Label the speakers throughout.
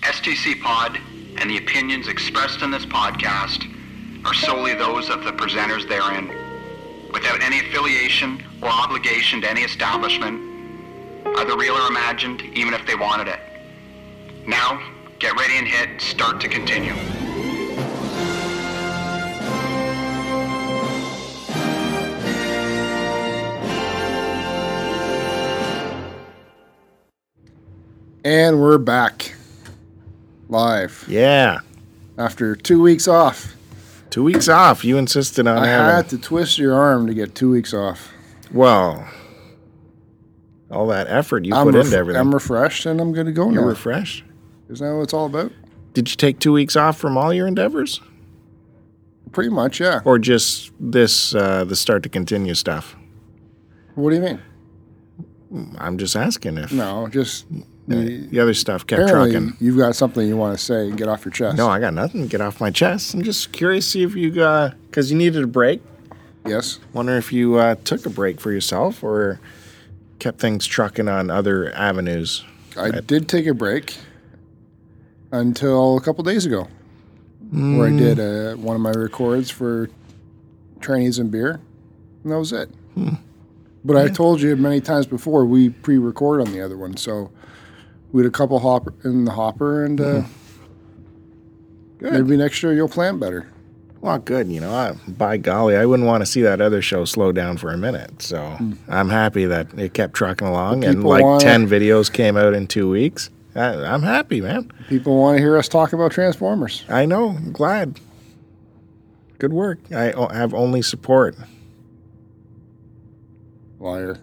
Speaker 1: STC Pod and the opinions expressed in this podcast are solely those of the presenters therein, without any affiliation or obligation to any establishment, either real or imagined, even if they wanted it. Now, get ready and hit start to continue.
Speaker 2: And we're back live
Speaker 3: Yeah.
Speaker 2: after two weeks off.
Speaker 3: Two weeks off. You insisted on
Speaker 2: I
Speaker 3: having.
Speaker 2: had to twist your arm to get two weeks off.
Speaker 3: Well, all that effort you
Speaker 2: I'm,
Speaker 3: put
Speaker 2: ref-
Speaker 3: into everything.
Speaker 2: I'm refreshed and I'm going to go
Speaker 3: You're
Speaker 2: now.
Speaker 3: refreshed.
Speaker 2: Is that what it's all about?
Speaker 3: Did you take two weeks off from all your endeavors,
Speaker 2: Pretty much, yeah.
Speaker 3: or just this uh, the start to continue stuff?
Speaker 2: What do you mean?
Speaker 3: I'm just asking if
Speaker 2: No, just
Speaker 3: the other stuff kept
Speaker 2: apparently
Speaker 3: trucking.
Speaker 2: you've got something you want to say and get off your chest.
Speaker 3: No, I got nothing. to Get off my chest. I'm just curious, see if you got because you needed a break.
Speaker 2: yes.
Speaker 3: Wonder if you uh, took a break for yourself or kept things trucking on other avenues.
Speaker 2: I did take a break until a couple days ago, where
Speaker 3: Mm.
Speaker 2: I did uh one of my records for trainees and beer, and that was it.
Speaker 3: Hmm.
Speaker 2: But I told you many times before we pre-record on the other one, so we had a couple hopper in the hopper, and
Speaker 3: Mm-hmm.
Speaker 2: uh, maybe next year you'll plan better.
Speaker 3: Well, good. You know, I, by golly, I wouldn't want to see that other show slow down for a minute. So I'm happy that it kept trucking along and
Speaker 2: Hmm. people
Speaker 3: like
Speaker 2: wanna-
Speaker 3: 10 videos came out in two weeks. I, I'm happy, man.
Speaker 2: People want to hear us talk about Transformers.
Speaker 3: I know. I'm glad. Good work. I o- have only support.
Speaker 2: Liar.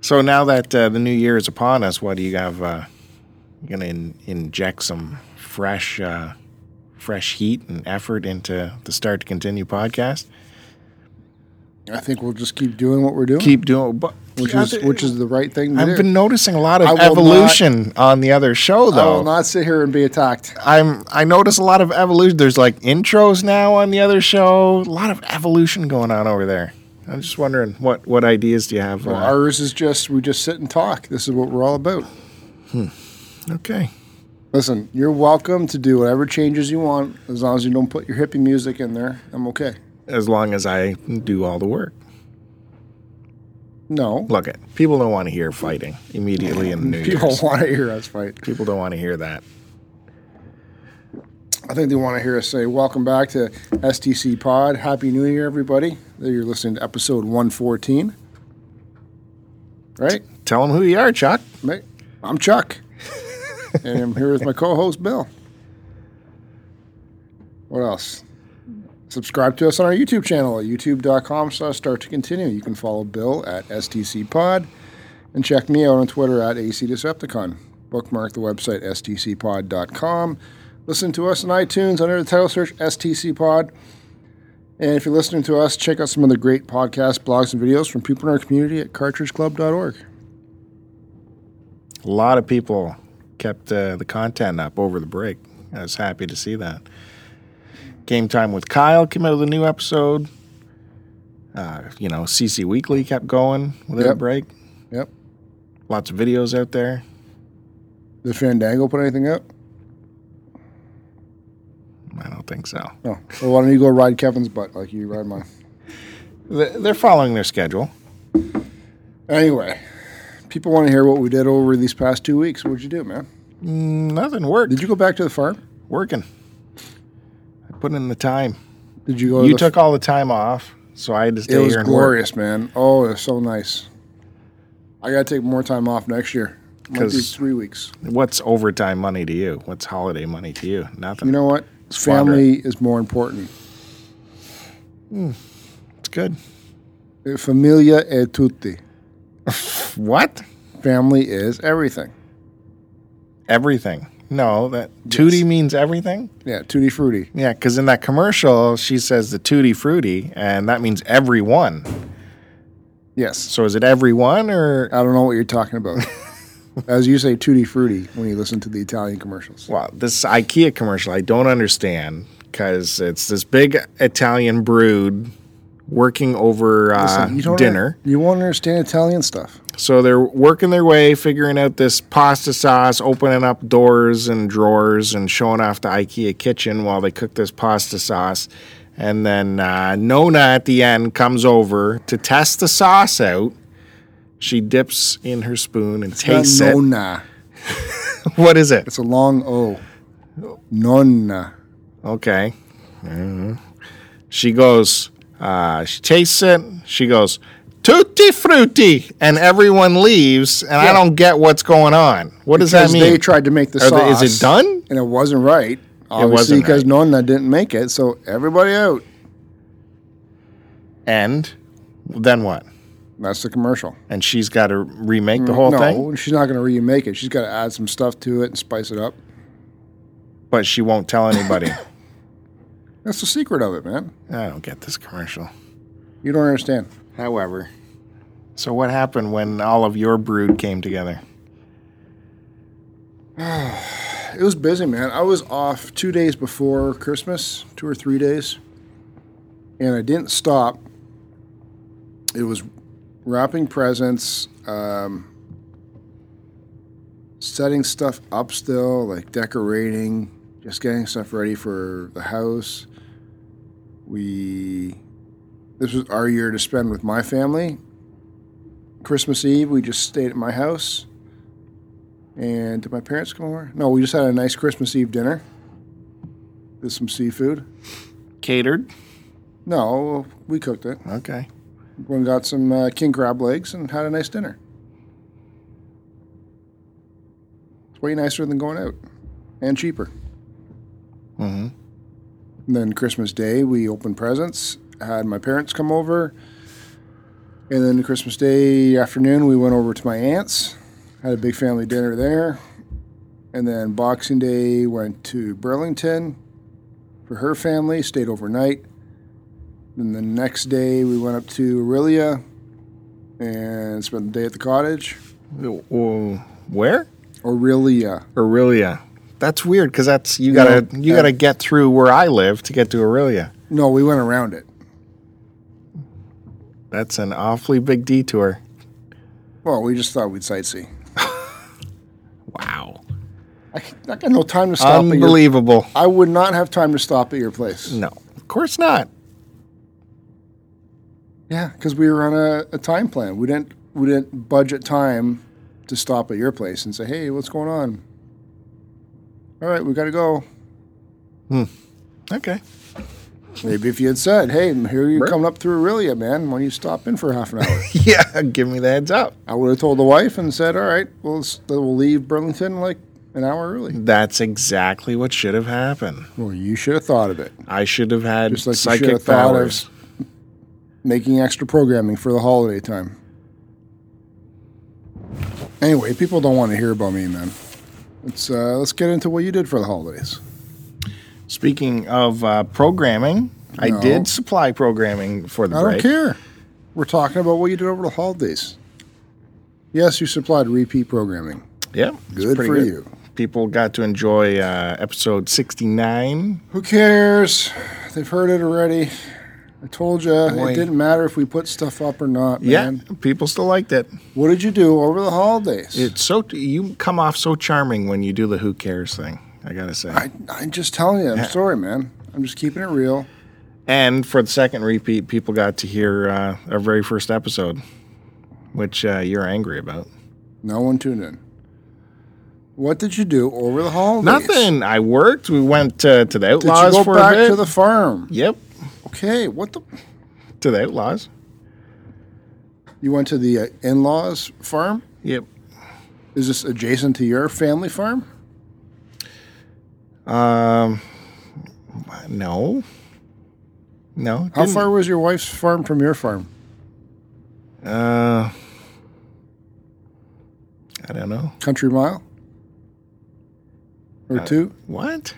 Speaker 3: So now that uh, the new year is upon us, what do you have? Uh, you're gonna in- inject some fresh, uh, fresh heat and effort into the Start to Continue podcast.
Speaker 2: I think we'll just keep doing what we're doing,
Speaker 3: Keep doing, but
Speaker 2: which is which is the right thing to
Speaker 3: I've
Speaker 2: do.
Speaker 3: been noticing a lot of
Speaker 2: I will not-
Speaker 3: evolution on the other show,
Speaker 2: I will
Speaker 3: though.
Speaker 2: not sit here and be attacked.
Speaker 3: I'm I notice a lot of evolution. There's like intros now on the other show. A lot of evolution going on over there. I'm just wondering what what ideas do you have?
Speaker 2: Well,
Speaker 3: uh,
Speaker 2: ours is just we just sit and talk. This is what we're all about.
Speaker 3: okay.
Speaker 2: Listen, you're welcome to do whatever changes you want as long as you don't put your hippie music in there. I'm okay.
Speaker 3: As long as I do all the work.
Speaker 2: No,
Speaker 3: Look it. People don't want to hear fighting immediately in the new
Speaker 2: people
Speaker 3: Year's.
Speaker 2: want to hear us fight.
Speaker 3: People don't want to hear that.
Speaker 2: I think they want to hear us say, "Welcome back to STC Pod. Happy New Year, everybody." That You're listening to episode 114. Right,
Speaker 3: Tell them who you are, Chuck.
Speaker 2: mate? I'm Chuck, and I'm here with my co-host Bill. What else? Subscribe to us on our YouTube channel at youtube.com slash start to continue. You can follow Bill at STC Pod and check me out on Twitter at AC Decepticon. Bookmark the website stcpod.com. Listen to us on iTunes under the title search STC Pod. And if you're listening to us, check out some other great podcasts, blogs, and videos from people in our community at cartridgeclub.org.
Speaker 3: A lot of people kept uh, the content up over the break. I was happy to see that. Game Time with Kyle came out with a new episode. Uh, you know, CC Weekly kept going without a
Speaker 2: Yep.
Speaker 3: break.
Speaker 2: Yep.
Speaker 3: Lots of videos out there.
Speaker 2: Did Fandango put anything up?
Speaker 3: I don't think so.
Speaker 2: No. Well, why don't you go ride Kevin's butt like you ride mine?
Speaker 3: They- They're following their schedule.
Speaker 2: Anyway, people want to hear what we did over these past two weeks. What'd you do, man?
Speaker 3: Nothing worked.
Speaker 2: Did you go back to the farm?
Speaker 3: Working. I put in the time.
Speaker 2: Did you go? to
Speaker 3: You
Speaker 2: the
Speaker 3: took all the time off, so I had to stay
Speaker 2: It was
Speaker 3: here and work.
Speaker 2: glorious, man. Oh, it was so nice. I gotta take more time off next year. Might be
Speaker 3: 'Cause-
Speaker 2: three weeks.
Speaker 3: What's overtime money to you? What's holiday money to you? Nothing.
Speaker 2: You know what?
Speaker 3: Squander.
Speaker 2: Family is more important.
Speaker 3: it's good.
Speaker 2: Eh, Familia e tutti.
Speaker 3: What?
Speaker 2: Family is everything.
Speaker 3: Everything. No, that tutti means everything.
Speaker 2: Yeah, tutti frutti.
Speaker 3: Yeah, because in that commercial, she says the tutti frutti, and that means everyone.
Speaker 2: Yes.
Speaker 3: So is it everyone or?
Speaker 2: I don't know what you're talking about. As you say, tutti frutti when you listen to the Italian commercials.
Speaker 3: Well, this IKEA commercial I don't understand because it's this big Italian brood working over uh,
Speaker 2: Listen, you don't
Speaker 3: dinner.
Speaker 2: you won't understand Italian stuff.
Speaker 3: So they're working their way, figuring out this pasta sauce, opening up doors and drawers, and showing off the IKEA kitchen while they cook this pasta sauce. And then uh, Nona at the end comes over to test the sauce out. She dips in her spoon and tastes
Speaker 2: Uh,
Speaker 3: it.
Speaker 2: Nona.
Speaker 3: What is it?
Speaker 2: It's a long O. Nonna.
Speaker 3: Okay. Mhm. She goes, uh, she tastes it. She goes, tutti frutti. And everyone leaves, and I
Speaker 2: Yeah.
Speaker 3: don't get what's going on. What does that
Speaker 2: Because
Speaker 3: mean?
Speaker 2: They tried to make the
Speaker 3: Are they-
Speaker 2: sauce.
Speaker 3: is it done?
Speaker 2: And it wasn't right. Obviously,
Speaker 3: wasn't
Speaker 2: because
Speaker 3: right.
Speaker 2: Nonna didn't make it. So everybody out.
Speaker 3: And then what?
Speaker 2: That's the commercial.
Speaker 3: And she's got to remake the whole
Speaker 2: no,
Speaker 3: thing,
Speaker 2: she's not going to remake it. She's got to add some stuff to it and spice it up.
Speaker 3: but she won't tell anybody.
Speaker 2: That's the secret of it, man.
Speaker 3: I don't get this commercial.
Speaker 2: You don't understand.
Speaker 3: However, so what happened when all of your brood came together?
Speaker 2: It was busy, man. I was off two days before Christmas, two or three days, and I didn't stop. It was wrapping presents, um, setting stuff up still, like decorating, just getting stuff ready for the house. We, this was our year to spend with my family. Christmas Eve, we just stayed at my house. And did my parents come over? No, we just had a nice Christmas Eve dinner. Did some seafood.
Speaker 3: Catered.
Speaker 2: No, we cooked it.
Speaker 3: Okay.
Speaker 2: Went and got some uh, king crab legs and had a nice dinner. It's way nicer than going out and cheaper.
Speaker 3: hmm
Speaker 2: And then Christmas Day, we opened presents, had my parents come over. And then Christmas Day afternoon, we went over to my aunt's, had a big family dinner there. And then Boxing Day, went to Burlington for her family, stayed overnight. Then the next day, we went up to Aurelia and spent the day at the cottage.
Speaker 3: Where?
Speaker 2: Aurelia.
Speaker 3: Aurelia. That's weird because that's you gotta
Speaker 2: know,
Speaker 3: you
Speaker 2: uh,
Speaker 3: gotta get through where I live to get to Aurelia.
Speaker 2: No, we went around it.
Speaker 3: That's an awfully big detour.
Speaker 2: Well, we just thought we'd sightsee.
Speaker 3: Wow.
Speaker 2: I, I got no time to stop at your
Speaker 3: Unbelievable.
Speaker 2: I would not have time to stop at your place.
Speaker 3: No, of course not.
Speaker 2: Yeah, because we were on a, a time plan. We didn't we didn't budget time to stop at your place and say, "Hey, what's going on?" All right, we got to go.
Speaker 3: Okay.
Speaker 2: Maybe if you had said, "Hey, here you're
Speaker 3: Right.
Speaker 2: coming up through Aurelia, man. Why don't you stop in for half an hour?"
Speaker 3: Yeah, give me the heads up.
Speaker 2: I would have told the wife and said, "All right, we'll s- we'll leave Burlington like an hour early."
Speaker 3: That's exactly what should have happened.
Speaker 2: Well, you should have thought of it.
Speaker 3: I should have had
Speaker 2: Just like you should
Speaker 3: psychic
Speaker 2: have thought of-
Speaker 3: powers.
Speaker 2: making extra programming for the holiday time. Anyway, people don't want to hear about me, man. Let's uh, let's get into what you did for the holidays.
Speaker 3: Speaking of uh, programming, I
Speaker 2: No.
Speaker 3: did supply programming for the
Speaker 2: I
Speaker 3: break.
Speaker 2: don't care. We're talking about what you did over the holidays. Yes, you supplied repeat programming.
Speaker 3: Yeah, it's
Speaker 2: Good
Speaker 3: pretty
Speaker 2: for you.
Speaker 3: People got to enjoy uh, episode sixty nine.
Speaker 2: Who cares? They've heard it already. I told you it
Speaker 3: Boy.
Speaker 2: didn't matter if we put stuff up or not,
Speaker 3: Yeah,
Speaker 2: man.
Speaker 3: people still liked it.
Speaker 2: What did you do over the holidays?
Speaker 3: It's so you come off so charming when you do the who cares thing. I gotta say.
Speaker 2: I, I'm just telling you. I'm sorry, man. I'm just keeping it real.
Speaker 3: And for the second repeat, people got to hear uh, our very first episode, which uh, you're angry about.
Speaker 2: No one tuned in. What did you do over the holidays?
Speaker 3: Nothing. I worked. We went uh, to the
Speaker 2: Did
Speaker 3: Outlaws
Speaker 2: you go
Speaker 3: for
Speaker 2: back
Speaker 3: a bit.
Speaker 2: to the farm?
Speaker 3: yep,
Speaker 2: Okay. What the?
Speaker 3: to the Outlaws.
Speaker 2: You went to the uh, in-laws farm?
Speaker 3: Yep.
Speaker 2: Is this adjacent to your family farm?
Speaker 3: Um, no. No.
Speaker 2: How
Speaker 3: didn't.
Speaker 2: far was your wife's farm from your farm?
Speaker 3: Uh, I don't know.
Speaker 2: Country mile or
Speaker 3: Uh,
Speaker 2: two?
Speaker 3: What?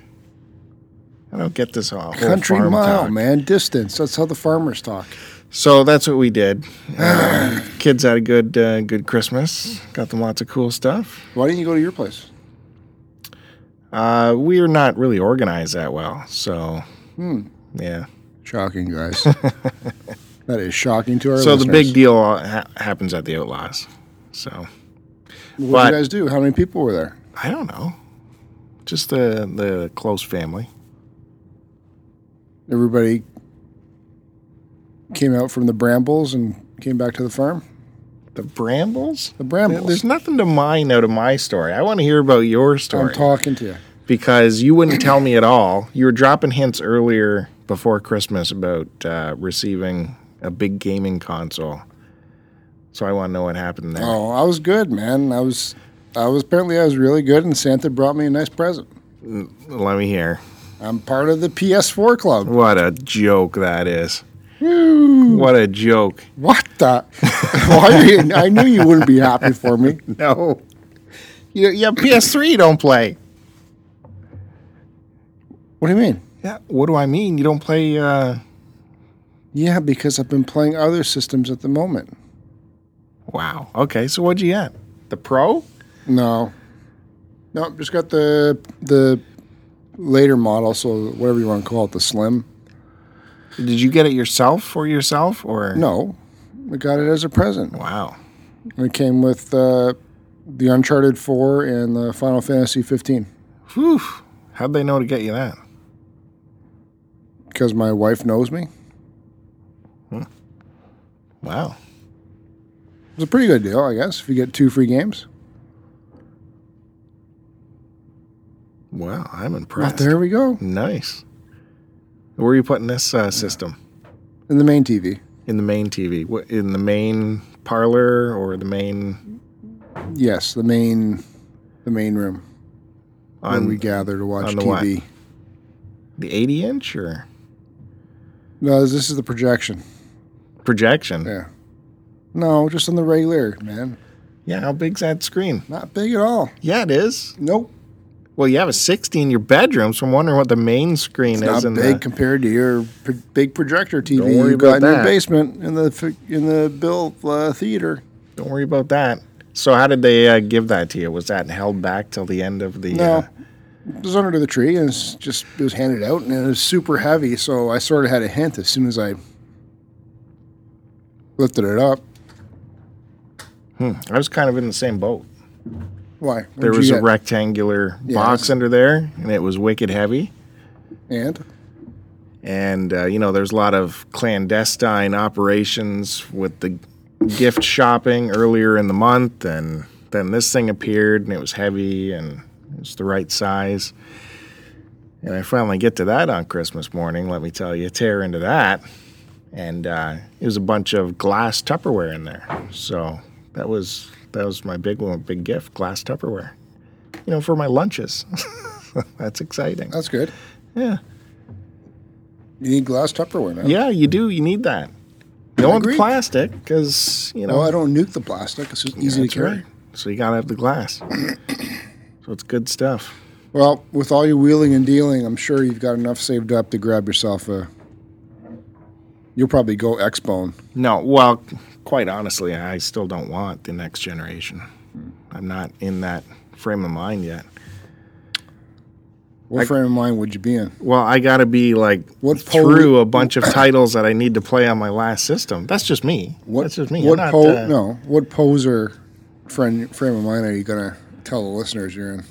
Speaker 3: I don't get this all. whole
Speaker 2: Country
Speaker 3: farm
Speaker 2: mile,
Speaker 3: talk.
Speaker 2: man. Distance. That's how the farmers talk.
Speaker 3: So that's what we did. Uh, kids had a good, uh, good Christmas. Got them lots of cool stuff.
Speaker 2: Why didn't you go to your place?
Speaker 3: Uh, we are not really organized that well, so
Speaker 2: Hmm.
Speaker 3: yeah.
Speaker 2: Shocking, guys. that is shocking to our
Speaker 3: so the
Speaker 2: listeners.
Speaker 3: big deal ha- happens at the Outlaws. So
Speaker 2: What did
Speaker 3: But-
Speaker 2: you guys do? How many people were there?
Speaker 3: I don't know. Just the the close family.
Speaker 2: Everybody came out from the brambles and came back to the farm.
Speaker 3: The brambles.
Speaker 2: The brambles.
Speaker 3: There's nothing to mine out of my story. I want to hear about your
Speaker 2: I'm
Speaker 3: story
Speaker 2: talking to you.
Speaker 3: because you wouldn't tell me at all. You were dropping hints earlier before Christmas about uh, receiving a big gaming console. So I want to know what happened there.
Speaker 2: Oh, I was good, man. I was, I was apparently I was really good, and Santa brought me a nice present.
Speaker 3: Let me hear.
Speaker 2: I'm part of the PS4 club.
Speaker 3: What a joke that is. What a joke.
Speaker 2: What the? Why are you, I knew you wouldn't be happy for me.
Speaker 3: No. You, you have PS3 you don't play.
Speaker 2: What do you mean?
Speaker 3: Yeah. What do I mean? You don't play uh
Speaker 2: Yeah, because I've been playing other systems at the moment.
Speaker 3: Wow. Okay, so what'd you get? The Pro?
Speaker 2: No, no, just got the the later model, so whatever you want to call it, the slim.
Speaker 3: Did you get it yourself for yourself or
Speaker 2: No, I got it as a present.
Speaker 3: Wow.
Speaker 2: And it came with uh, the Uncharted 4 and the Final Fantasy 15
Speaker 3: Whew. How'd they know to get you that?
Speaker 2: because my wife knows me.
Speaker 3: Wow.
Speaker 2: It's a pretty good deal, I guess, if you get two free games.
Speaker 3: Wow, I'm
Speaker 2: Well,
Speaker 3: impressed.
Speaker 2: there we go.
Speaker 3: Nice. Where are you putting this uh, system?
Speaker 2: In the main TV.
Speaker 3: In the main TV? What, in the main parlor or the main
Speaker 2: Yes, the main the main room where
Speaker 3: on
Speaker 2: we gather to watch
Speaker 3: on the
Speaker 2: TV.
Speaker 3: the 80 inch or
Speaker 2: No, this is the projection.
Speaker 3: projection?
Speaker 2: Yeah. No, just on the regular, man.
Speaker 3: Yeah, how big's that screen?
Speaker 2: Not big at all.
Speaker 3: Yeah, it is.
Speaker 2: Nope.
Speaker 3: Well, you have a 60 in your bedroom, so I'm wondering what the main screen
Speaker 2: It's
Speaker 3: is.
Speaker 2: not
Speaker 3: in
Speaker 2: big
Speaker 3: the,
Speaker 2: compared to your pro- big projector TV
Speaker 3: Don't worry
Speaker 2: you got in
Speaker 3: about
Speaker 2: your
Speaker 3: that.
Speaker 2: basement in the fi- in the Bill uh, theater.
Speaker 3: don't worry about that. So, how did they uh, give that to you? Was that held back till the end of the?
Speaker 2: No,
Speaker 3: Uh,
Speaker 2: it was under the tree and it's just it was handed out and it was super heavy. So I sort of had a hint as soon as I lifted it up.
Speaker 3: I was kind of in the same boat.
Speaker 2: Why? What'd
Speaker 3: There
Speaker 2: you
Speaker 3: was a
Speaker 2: get?
Speaker 3: rectangular
Speaker 2: Yeah,
Speaker 3: box
Speaker 2: it's-
Speaker 3: under there, and it was wicked heavy.
Speaker 2: and
Speaker 3: And uh, you know, there's a lot of clandestine operations with the gift shopping earlier in the month, and then this thing appeared, and it was heavy, and it was the right size. And I finally get to that on Christmas morning. Let me tell you, tear into that, and uh, it was a bunch of glass Tupperware in there. So that was that was my big one, big gift, glass Tupperware. You know, for my lunches. That's exciting.
Speaker 2: that's good.
Speaker 3: Yeah.
Speaker 2: You need glass Tupperware now.
Speaker 3: Yeah, you do. You need that. No one's
Speaker 2: Agreed.
Speaker 3: plastic because you know
Speaker 2: Well, I don't nuke the plastic. It's just easy to
Speaker 3: that's
Speaker 2: carry.
Speaker 3: right. So you gotta have the glass. so it's good stuff.
Speaker 2: Well, with all your wheeling and dealing, I'm sure you've got enough saved up to grab yourself a. You'll probably go X Bone.
Speaker 3: No, well, quite honestly, I still don't want the next generation. I'm not in that frame of mind yet.
Speaker 2: What frame of mind would you be in?
Speaker 3: Well, I gotta be like
Speaker 2: What pole-
Speaker 3: through a bunch of titles that I need to play on my last system. That's just me.
Speaker 2: What,
Speaker 3: That's just me.
Speaker 2: What
Speaker 3: I'm not,
Speaker 2: po-
Speaker 3: uh,
Speaker 2: no? What poser friend frame of mind are you gonna tell the listeners you're in?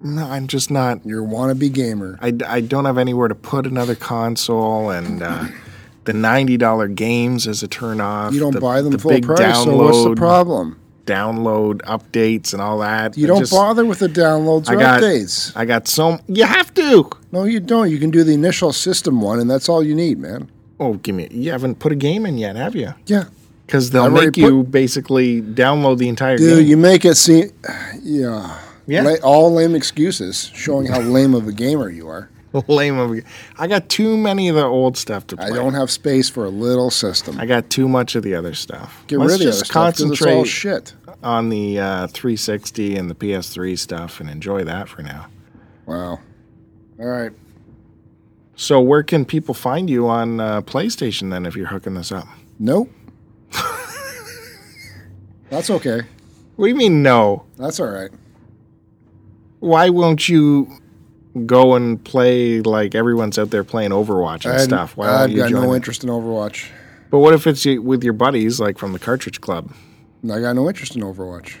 Speaker 3: no, I'm just not
Speaker 2: You're a wannabe gamer.
Speaker 3: I, I don't have anywhere to put another console, and uh, the ninety dollar games is a turn off.
Speaker 2: You don't
Speaker 3: the,
Speaker 2: buy them
Speaker 3: the
Speaker 2: full price, so what's the problem?
Speaker 3: Download updates and all that.
Speaker 2: You
Speaker 3: I
Speaker 2: don't
Speaker 3: just-
Speaker 2: bother with the downloads
Speaker 3: I
Speaker 2: or
Speaker 3: got-
Speaker 2: updates.
Speaker 3: I got so you have to.
Speaker 2: No, you don't. You can do the initial system one, and that's all you need, man.
Speaker 3: Oh, give me. You haven't put a game in yet, have you?
Speaker 2: Yeah,
Speaker 3: Because they'll
Speaker 2: I've already
Speaker 3: make you basically download the entire
Speaker 2: dude,
Speaker 3: game.
Speaker 2: you make it seem, yeah,
Speaker 3: Yeah.
Speaker 2: La- all lame excuses showing how lame of a gamer you are.
Speaker 3: Lame of a- I got too many of the old stuff to play.
Speaker 2: I don't have space for a little system.
Speaker 3: I got too much of the other stuff.
Speaker 2: Get
Speaker 3: Let's
Speaker 2: rid of
Speaker 3: just
Speaker 2: this
Speaker 3: concentrate
Speaker 2: It's all shit.
Speaker 3: on the uh, 360 and the PS3 stuff and enjoy that for now.
Speaker 2: Wow. All right.
Speaker 3: So where can people find you on uh, PlayStation then if you're hooking this up?
Speaker 2: Nope. that's okay.
Speaker 3: What do you mean no?
Speaker 2: That's all right.
Speaker 3: Why won't you go and play like everyone's out there playing Overwatch and
Speaker 2: I had-
Speaker 3: stuff? Why
Speaker 2: I've
Speaker 3: don't you
Speaker 2: got
Speaker 3: join?
Speaker 2: no
Speaker 3: it?
Speaker 2: interest in Overwatch.
Speaker 3: But what if it's y- with your buddies like from the Cartridge Club?
Speaker 2: I got no interest in Overwatch.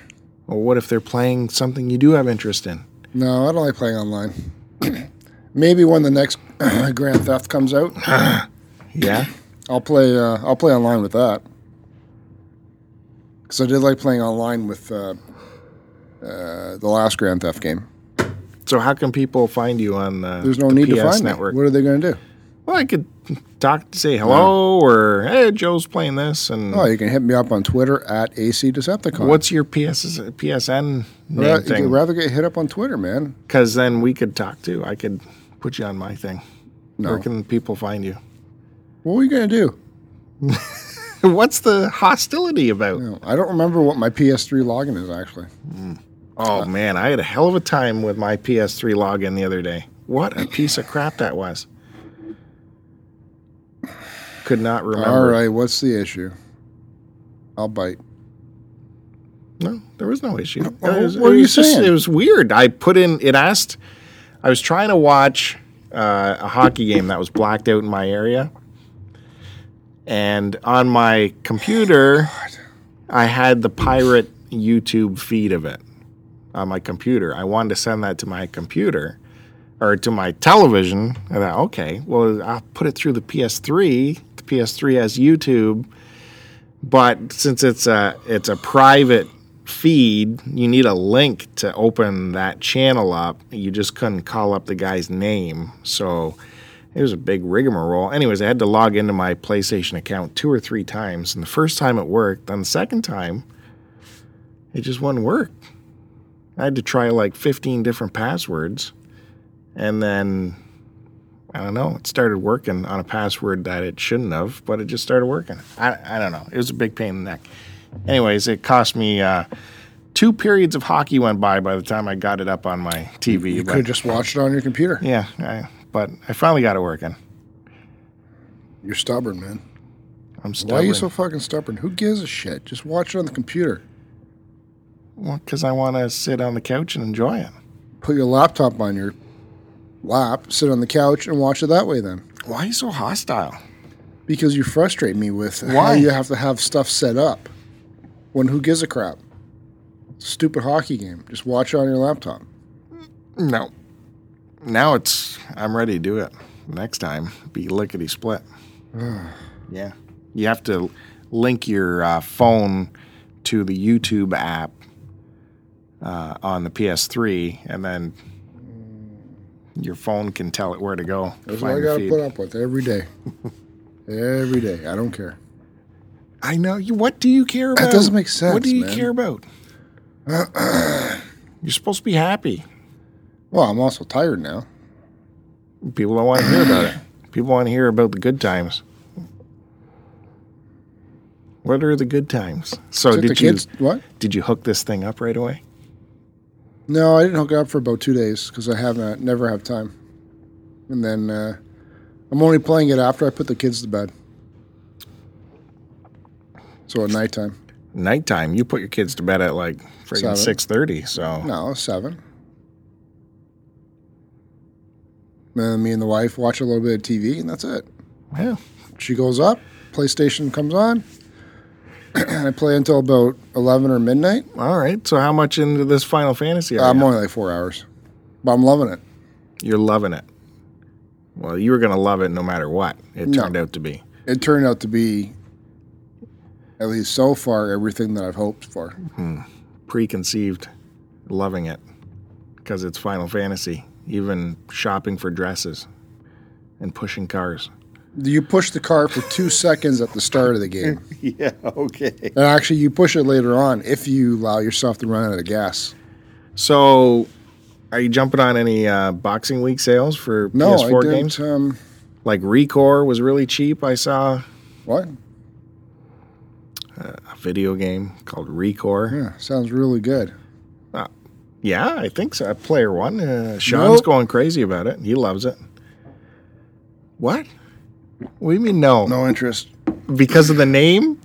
Speaker 3: Well, what if they're playing something you do have interest in?
Speaker 2: No, I don't like playing online. Maybe when the next Grand Theft comes out,
Speaker 3: Yeah.
Speaker 2: I'll play. Uh, I'll play online with that. Because I did like playing online with uh, uh, the last Grand Theft game.
Speaker 3: so how can people find you on the
Speaker 2: There's no
Speaker 3: the
Speaker 2: need
Speaker 3: PS
Speaker 2: to find network.
Speaker 3: network?
Speaker 2: What are they going to do?
Speaker 3: Well, I could talk to say hello or hey, Joe's playing this and
Speaker 2: Oh, you can hit me up on Twitter at AC Decepticon.
Speaker 3: what's your PS PSN name
Speaker 2: Ra- You'd
Speaker 3: thing?
Speaker 2: rather get hit up on Twitter, man.
Speaker 3: Because then we could talk too. I could put you on my thing.
Speaker 2: No.
Speaker 3: Where can people find you?
Speaker 2: What are you going to do?
Speaker 3: What's the hostility about?
Speaker 2: No, I don't remember what my PS3 login is actually. Uh,
Speaker 3: Oh man, I had a hell of a time with my PS3 login the other day. What a piece of crap that was. Could not remember.
Speaker 2: All right, what's the issue? I'll bite.
Speaker 3: No, there was no issue.
Speaker 2: Well,
Speaker 3: It was-
Speaker 2: Oh, what are
Speaker 3: it
Speaker 2: you
Speaker 3: was just-
Speaker 2: saying?
Speaker 3: It was weird. I put in. It asked. I was trying to watch uh, a hockey game that was blacked out in my area, and on my
Speaker 2: Oh,
Speaker 3: computer, I had the pirate YouTube feed of it on my computer. I wanted to send that to my computer or to my television. I thought, okay, well, I'll put it through the PS3. The PS3 has YouTube but since it's a it's a private feed, you need a link to open that channel up. You just couldn't call up the guy's name, so it was a big rigmarole. Anyways, I had to log into my PlayStation account two or three times, and the first time it worked. Then the second time, it just wouldn't work. I had to try like 15 different passwords, and then I don't know. It started working on a password that it shouldn't have, but it just started working. I, I don't know. It was a big pain in the neck. Anyways, it cost me uh, two periods of hockey went by by the time I got it up on my TV.
Speaker 2: You
Speaker 3: but-
Speaker 2: could have just watched it on your computer.
Speaker 3: yeah, I, but I finally got it working.
Speaker 2: You're stubborn, man.
Speaker 3: I'm stubborn.
Speaker 2: Why are you so fucking stubborn? Who gives a shit? Just watch it on the computer.
Speaker 3: Because I want to sit on the couch and enjoy it.
Speaker 2: Put your laptop on your lap, sit on the couch, and watch it that way then.
Speaker 3: Why are you so hostile?
Speaker 2: Because you frustrate me with
Speaker 3: Why?
Speaker 2: how you have to have stuff set up. When who gives a crap? Stupid hockey game. Just watch it on your laptop.
Speaker 3: No. Now it's I'm ready to do it. Next time, be lickety split. yeah. You have to link your uh, phone to the YouTube app uh, on the PS3, and then your phone can tell it where to go.
Speaker 2: That's what
Speaker 3: find
Speaker 2: I
Speaker 3: the
Speaker 2: got to
Speaker 3: feed.
Speaker 2: put up with every day. every day. I don't care.
Speaker 3: I know you. What do you care about?
Speaker 2: doesn't make sense,
Speaker 3: What do you
Speaker 2: man.
Speaker 3: care about? You're supposed to be happy.
Speaker 2: Well, I'm also tired now.
Speaker 3: People don't want to hear about it. People want to hear about the good times. What are the good times? So
Speaker 2: Took the
Speaker 3: Oh, did you
Speaker 2: kids- What?
Speaker 3: did you hook this thing up right away?
Speaker 2: No, I didn't hook up for about two days because I haven't, never have time. And then uh, I'm only playing it after I put the kids to bed. So at nighttime.
Speaker 3: Nighttime, you put your kids to bed at like freaking
Speaker 2: Seven.
Speaker 3: six thirty. So
Speaker 2: No, seven. Then me and the wife watch a little bit of TV, and that's it.
Speaker 3: yeah,
Speaker 2: She goes up, PlayStation comes on, and I play until about eleven or midnight. Uh,
Speaker 3: all right. So how much into this Final Fantasy? Are
Speaker 2: I'm
Speaker 3: you?
Speaker 2: only like four hours, but I'm loving it.
Speaker 3: You're loving it. Well, you were gonna love it no matter what it
Speaker 2: No.
Speaker 3: turned out to be.
Speaker 2: It turned out to be, at least so far, everything that I've hoped for.
Speaker 3: Preconceived, loving it because it's Final Fantasy. Even shopping for dresses and pushing cars.
Speaker 2: You push the car for two seconds at the start of the game,
Speaker 3: Yeah. Okay.
Speaker 2: and actually, you push it later on if you allow yourself to run out of gas.
Speaker 3: So, are you jumping on any uh, Boxing Week sales for
Speaker 2: No, I
Speaker 3: PS4
Speaker 2: didn't.
Speaker 3: games?
Speaker 2: Um,
Speaker 3: Like Recore was really cheap. I saw
Speaker 2: what?
Speaker 3: a video game called Recore.
Speaker 2: Yeah, sounds really good.
Speaker 3: Yeah, I think so. Player one. Uh, Sean's
Speaker 2: Nope.
Speaker 3: going crazy about it. He loves it. What? What do you mean no?
Speaker 2: No interest.
Speaker 3: Because of the name?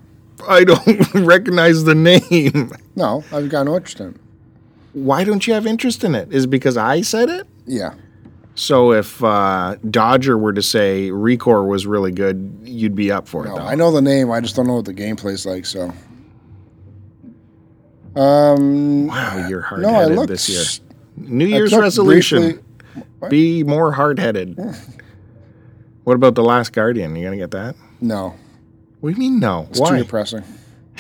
Speaker 3: I don't recognize the name.
Speaker 2: No, I've got no interest in it.
Speaker 3: Why don't you have interest in it? Is it because I said it?
Speaker 2: Yeah.
Speaker 3: So if uh, Dodger were to say Recore was really good, you'd be up for it.
Speaker 2: No,
Speaker 3: though.
Speaker 2: I know the name. I just don't know what the gameplay's like. So Um,
Speaker 3: Wow, you're hard
Speaker 2: no, I
Speaker 3: headed
Speaker 2: looked.
Speaker 3: this year. New
Speaker 2: I
Speaker 3: Year's
Speaker 2: took
Speaker 3: resolution
Speaker 2: briefly-
Speaker 3: be more hard headed. What about The Last Guardian? You going to get that?
Speaker 2: No,
Speaker 3: What do you mean, no?
Speaker 2: it's
Speaker 3: Why?
Speaker 2: too depressing.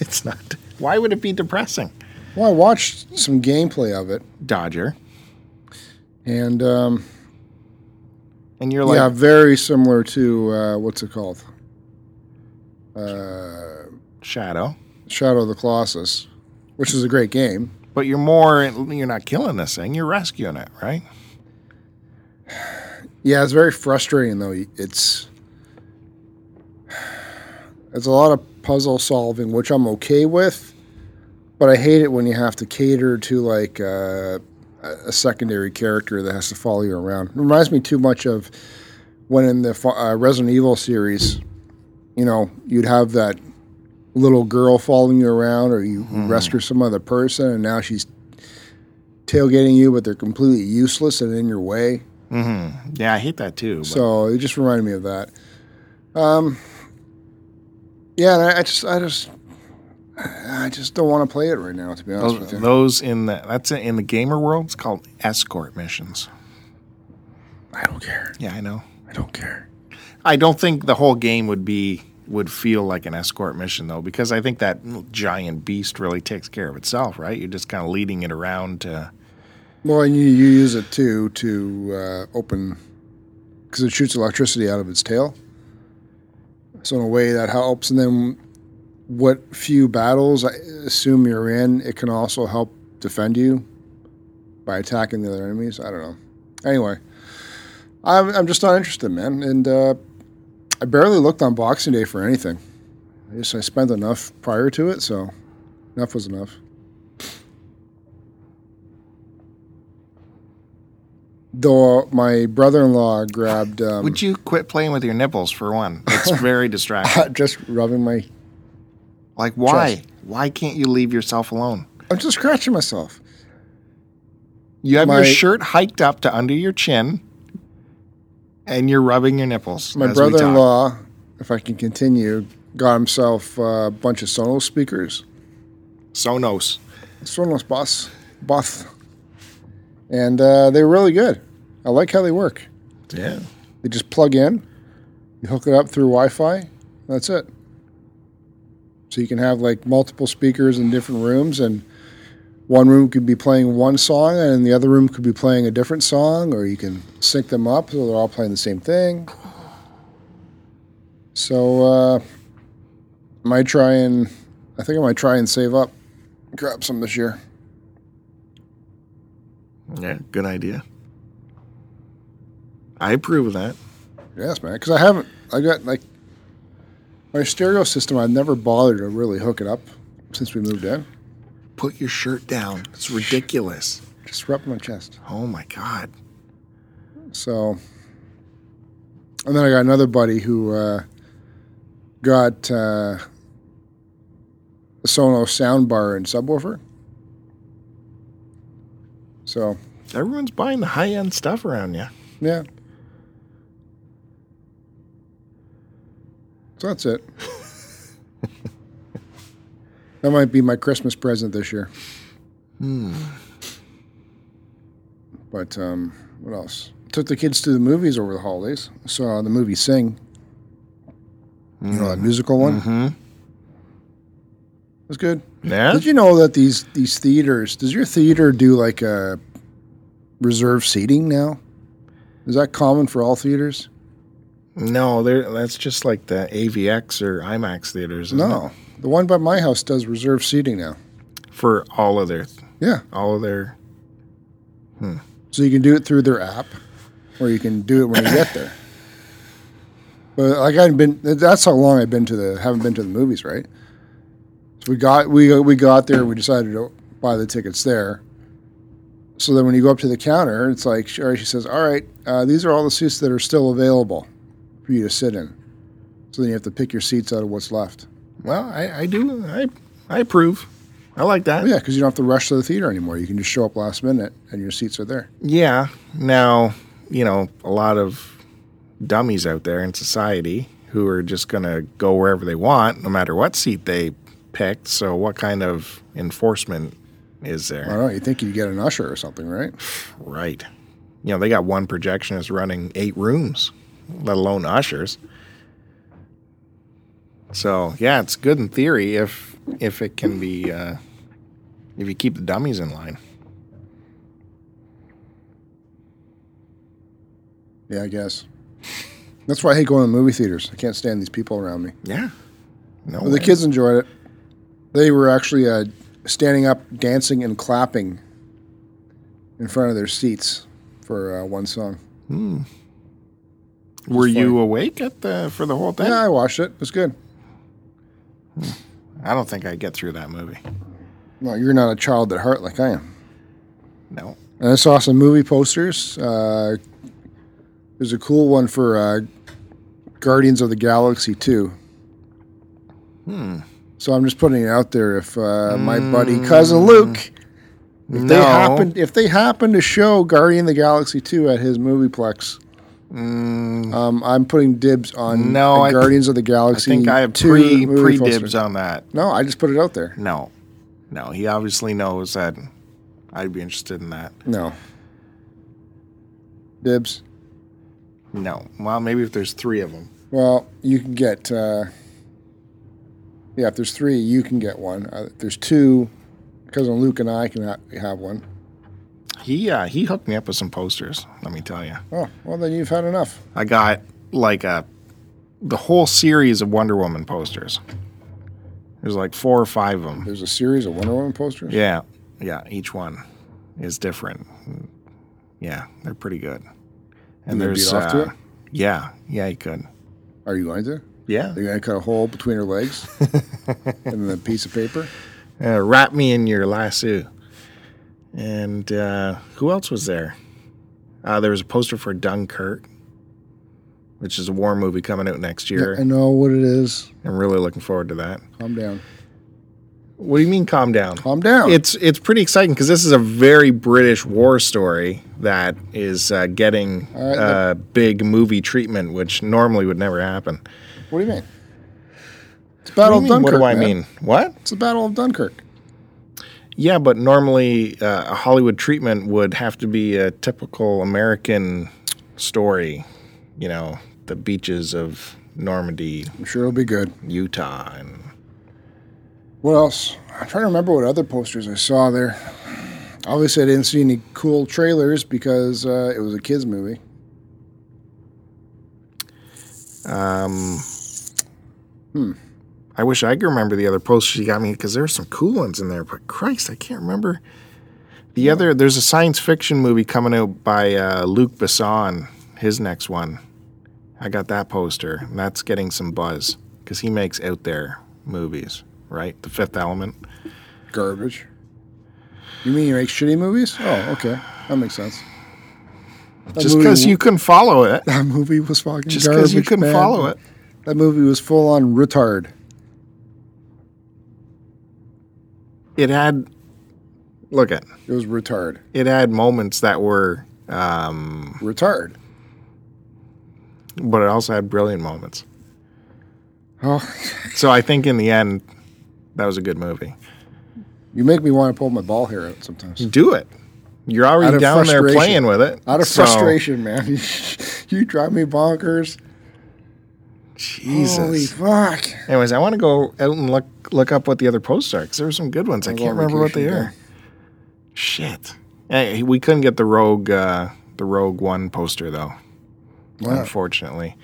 Speaker 3: it's not. Why would it be depressing?
Speaker 2: Well, I watched some gameplay of it,
Speaker 3: Dodger.
Speaker 2: and um,
Speaker 3: And you're like,
Speaker 2: yeah, very similar to uh, what's it called? Uh,
Speaker 3: Shadow.
Speaker 2: Shadow of the Colossus, which is a great game.
Speaker 3: But you're more, you're not killing this thing, you're rescuing it, right?
Speaker 2: Yeah, it's very frustrating though. It's it's a lot of puzzle solving, which I'm okay with, but I hate it when you have to cater to like uh, a a secondary character that has to follow you around. It reminds me too much of when in the fu- uh, Resident Evil series, you know, you'd have that little girl following you around, or you rescue some other person, and now she's tailgating you, but they're completely useless and in your way.
Speaker 3: Yeah, I hate that too. But
Speaker 2: So it just reminded me of that. Um, yeah, and I, I just, I just, I just don't want to play it right now. To be honest
Speaker 3: those,
Speaker 2: with you,
Speaker 3: those in the that's in the gamer world, it's called escort missions.
Speaker 2: I don't care.
Speaker 3: Yeah, I know.
Speaker 2: I don't care.
Speaker 3: I don't think the whole game would be would feel like an escort mission though, because I think that giant beast really takes care of itself, right? You're just kind of leading it around to.
Speaker 2: Well, and you, you use it too to uh, open because it shoots electricity out of its tail. So in a way that helps, and then what few battles I assume you're in, it can also help defend you by attacking the other enemies. I don't know. Anyway, I'm I'm just not interested, man. And uh, I barely looked on Boxing Day for anything. I just I spent enough prior to it, so enough was enough. Though my brother-in-law grabbed. Um,
Speaker 3: Would you quit playing with your nipples for one? It's very distracting.
Speaker 2: just rubbing my
Speaker 3: Like why? Why can't you leave yourself alone?
Speaker 2: I'm just scratching myself.
Speaker 3: You have
Speaker 2: My-
Speaker 3: your shirt hiked up to under your chin, and you're rubbing your nipples.
Speaker 2: My
Speaker 3: as we talk.
Speaker 2: brother in law, if I can continue, got himself uh, a bunch of Sonos speakers,
Speaker 3: Sonos.
Speaker 2: Sonos Boss, Both. And uh, they're really good. I like how they work.
Speaker 3: Yeah.
Speaker 2: They just plug in, you hook it up through Wi Fi, that's it. So you can have like multiple speakers in different rooms, and one room could be playing one song, and the other room could be playing a different song, or you can sync them up so they're all playing the same thing. So, uh, might try and I think I might try and save up, grab some this year.
Speaker 3: Yeah, good idea. I approve of that.
Speaker 2: Yes, man. Because I haven't. I got like my stereo system. I've never bothered to really hook it up since we moved in.
Speaker 3: Put your shirt down. It's ridiculous.
Speaker 2: Just rubbing my chest.
Speaker 3: Oh my god.
Speaker 2: So, and then I got another buddy who uh, got uh, a Sonos soundbar and subwoofer. So
Speaker 3: Everyone's buying the high end stuff around you.
Speaker 2: yeah. So that's it. that might be my Christmas present this year. But um, what else? Took the kids to the movies over the holidays. Saw the movie Sing. You know that musical one. Mm-hmm. It was good.
Speaker 3: Yeah.
Speaker 2: Did you know that these these theaters? Does your theater do like a reserve seating now? Is that common for all theaters?
Speaker 3: No, they're, that's just like the AVX or IMAX theaters. Isn't
Speaker 2: No, the one by my house does reserve seating now.
Speaker 3: it? For all of their,
Speaker 2: Yeah,
Speaker 3: all of their.
Speaker 2: so you can do it through their app, or you can do it when you get there. But like I've been, that's how long I've been to the haven't been to the movies, right? So we got we we got there. We decided to buy the tickets there. So then when you go up to the counter, it's like she, or she says, "All right, uh, these are all the seats that are still available for you to sit in." So then you have to pick your seats out of what's left.
Speaker 3: Well, I, I do. I, I approve. I like that.
Speaker 2: Oh, yeah, because you don't have to rush to the theater anymore. You can just show up last minute, and your seats are there.
Speaker 3: Yeah. Now, you know, a lot of dummies out there in society who are just going to go wherever they want, no matter what seat they picked. So what kind of enforcement is there?
Speaker 2: I don't know. You think you get an usher or something, right?
Speaker 3: Right. You know, they got one projectionist running eight rooms, let alone ushers. So yeah, it's good in theory if if it can be uh, if you keep the dummies in line.
Speaker 2: Yeah, I guess. That's why I hate going to movie theaters. I can't stand these people around me.
Speaker 3: Yeah. No.
Speaker 2: But the
Speaker 3: way.
Speaker 2: kids enjoyed it. They were actually uh, standing up, dancing, and clapping in front of their seats for uh, one song.
Speaker 3: Were you awake at the for the whole thing?
Speaker 2: Yeah, I watched it. It was good.
Speaker 3: I don't think I get through that movie.
Speaker 2: Well, you're not a child at heart like I am.
Speaker 3: No.
Speaker 2: And I saw some movie posters. Uh, there's a cool one for uh, Guardians of the Galaxy 2. Hmm. So I'm just putting it out there. If uh, my buddy cousin Luke, if they
Speaker 3: No.
Speaker 2: happen, if they happen to show Guardian of the Galaxy 2 at his movieplex, um, I'm putting dibs on
Speaker 3: Mm. No,
Speaker 2: a
Speaker 3: I-
Speaker 2: Guardians of the
Speaker 3: I
Speaker 2: Galaxy.
Speaker 3: think I have
Speaker 2: 2
Speaker 3: pre
Speaker 2: movie
Speaker 3: pre
Speaker 2: poster.
Speaker 3: dibs on that.
Speaker 2: No, I just put it out there.
Speaker 3: No. No. He obviously knows that I'd be interested in that.
Speaker 2: No. Dibs.
Speaker 3: No. Well, maybe if there's three of them.
Speaker 2: Well, you can get. Uh, yeah, if there's three, you can get one. Uh, if there's two, cousin Luke and I can ha- have one.
Speaker 3: He uh, he hooked me up with some posters. Let me tell you,
Speaker 2: Oh, well, then you've had enough.
Speaker 3: I got like a the whole series of Wonder Woman posters. There's like four or five of them.
Speaker 2: There's a series of Wonder Woman posters.
Speaker 3: Yeah, yeah. Each one is different. Yeah, they're pretty good. uh,
Speaker 2: You gonna beat off to it?
Speaker 3: yeah, yeah, you could.
Speaker 2: Are you going to?
Speaker 3: Yeah,
Speaker 2: You're going to cut a hole between her legs and then a piece of paper?
Speaker 3: uh, wrap me in your lasso. And uh, who else was there? Uh, there was a poster for Dunkirk, which is a war movie coming out next year.
Speaker 2: I know what it is.
Speaker 3: I'm really looking forward to that.
Speaker 2: Calm down.
Speaker 3: What do you mean, calm down?
Speaker 2: Calm down.
Speaker 3: It's it's pretty exciting because this is a very British war story that is uh, getting
Speaker 2: right,
Speaker 3: uh, big movie treatment, which normally would never happen.
Speaker 2: what do you mean? It's Battle
Speaker 3: what, do
Speaker 2: of
Speaker 3: you mean,
Speaker 2: Dunkirk.
Speaker 3: what do I
Speaker 2: man.
Speaker 3: mean? What?
Speaker 2: It's the Battle of Dunkirk.
Speaker 3: Yeah, but normally uh, a Hollywood treatment would have to be a typical American story. You know, the beaches of Normandy,
Speaker 2: I'm sure it'll be good.
Speaker 3: Utah, and
Speaker 2: What else? I'm trying to remember what other posters I saw there. Obviously, I didn't see any cool trailers because uh, it was a kids' movie.
Speaker 3: I wish I could remember the other posters you got me because there were some cool ones in there, but Christ, I can't remember. The other, there's a science fiction movie coming out by uh, Luke Besson, his next one. I got that poster, and that's getting some buzz because he makes out there movies, right? The Fifth Element.
Speaker 2: Garbage. You mean you make shitty movies? Oh, okay, that makes sense. That
Speaker 3: Just
Speaker 2: movie
Speaker 3: because
Speaker 2: wa-
Speaker 3: you couldn't follow it,
Speaker 2: that movie was fucking
Speaker 3: just because you
Speaker 2: garbage,
Speaker 3: couldn't
Speaker 2: man.
Speaker 3: follow it.
Speaker 2: That movie was full on retard.
Speaker 3: It had, look at,
Speaker 2: It was retard.
Speaker 3: it had moments that were, um,
Speaker 2: Retard.
Speaker 3: but it also had brilliant moments.
Speaker 2: Oh,
Speaker 3: So I think in the end, that was a good movie.
Speaker 2: you make me want to pull my ball hair out sometimes.
Speaker 3: do it. You're
Speaker 2: Out
Speaker 3: already
Speaker 2: of
Speaker 3: down there
Speaker 2: frustration.
Speaker 3: playing with it.
Speaker 2: Out of
Speaker 3: So,
Speaker 2: frustration, man. you drive me bonkers.
Speaker 3: Jesus.
Speaker 2: Holy fuck.
Speaker 3: Anyways, I want to go out and look look up what the other posts are because there were some good ones. I
Speaker 2: I'm
Speaker 3: can't
Speaker 2: on
Speaker 3: remember what they
Speaker 2: vacation
Speaker 3: are. Shit. Hey, we couldn't get the rogue uh, the rogue one poster though.
Speaker 2: Wow.
Speaker 3: Unfortunately,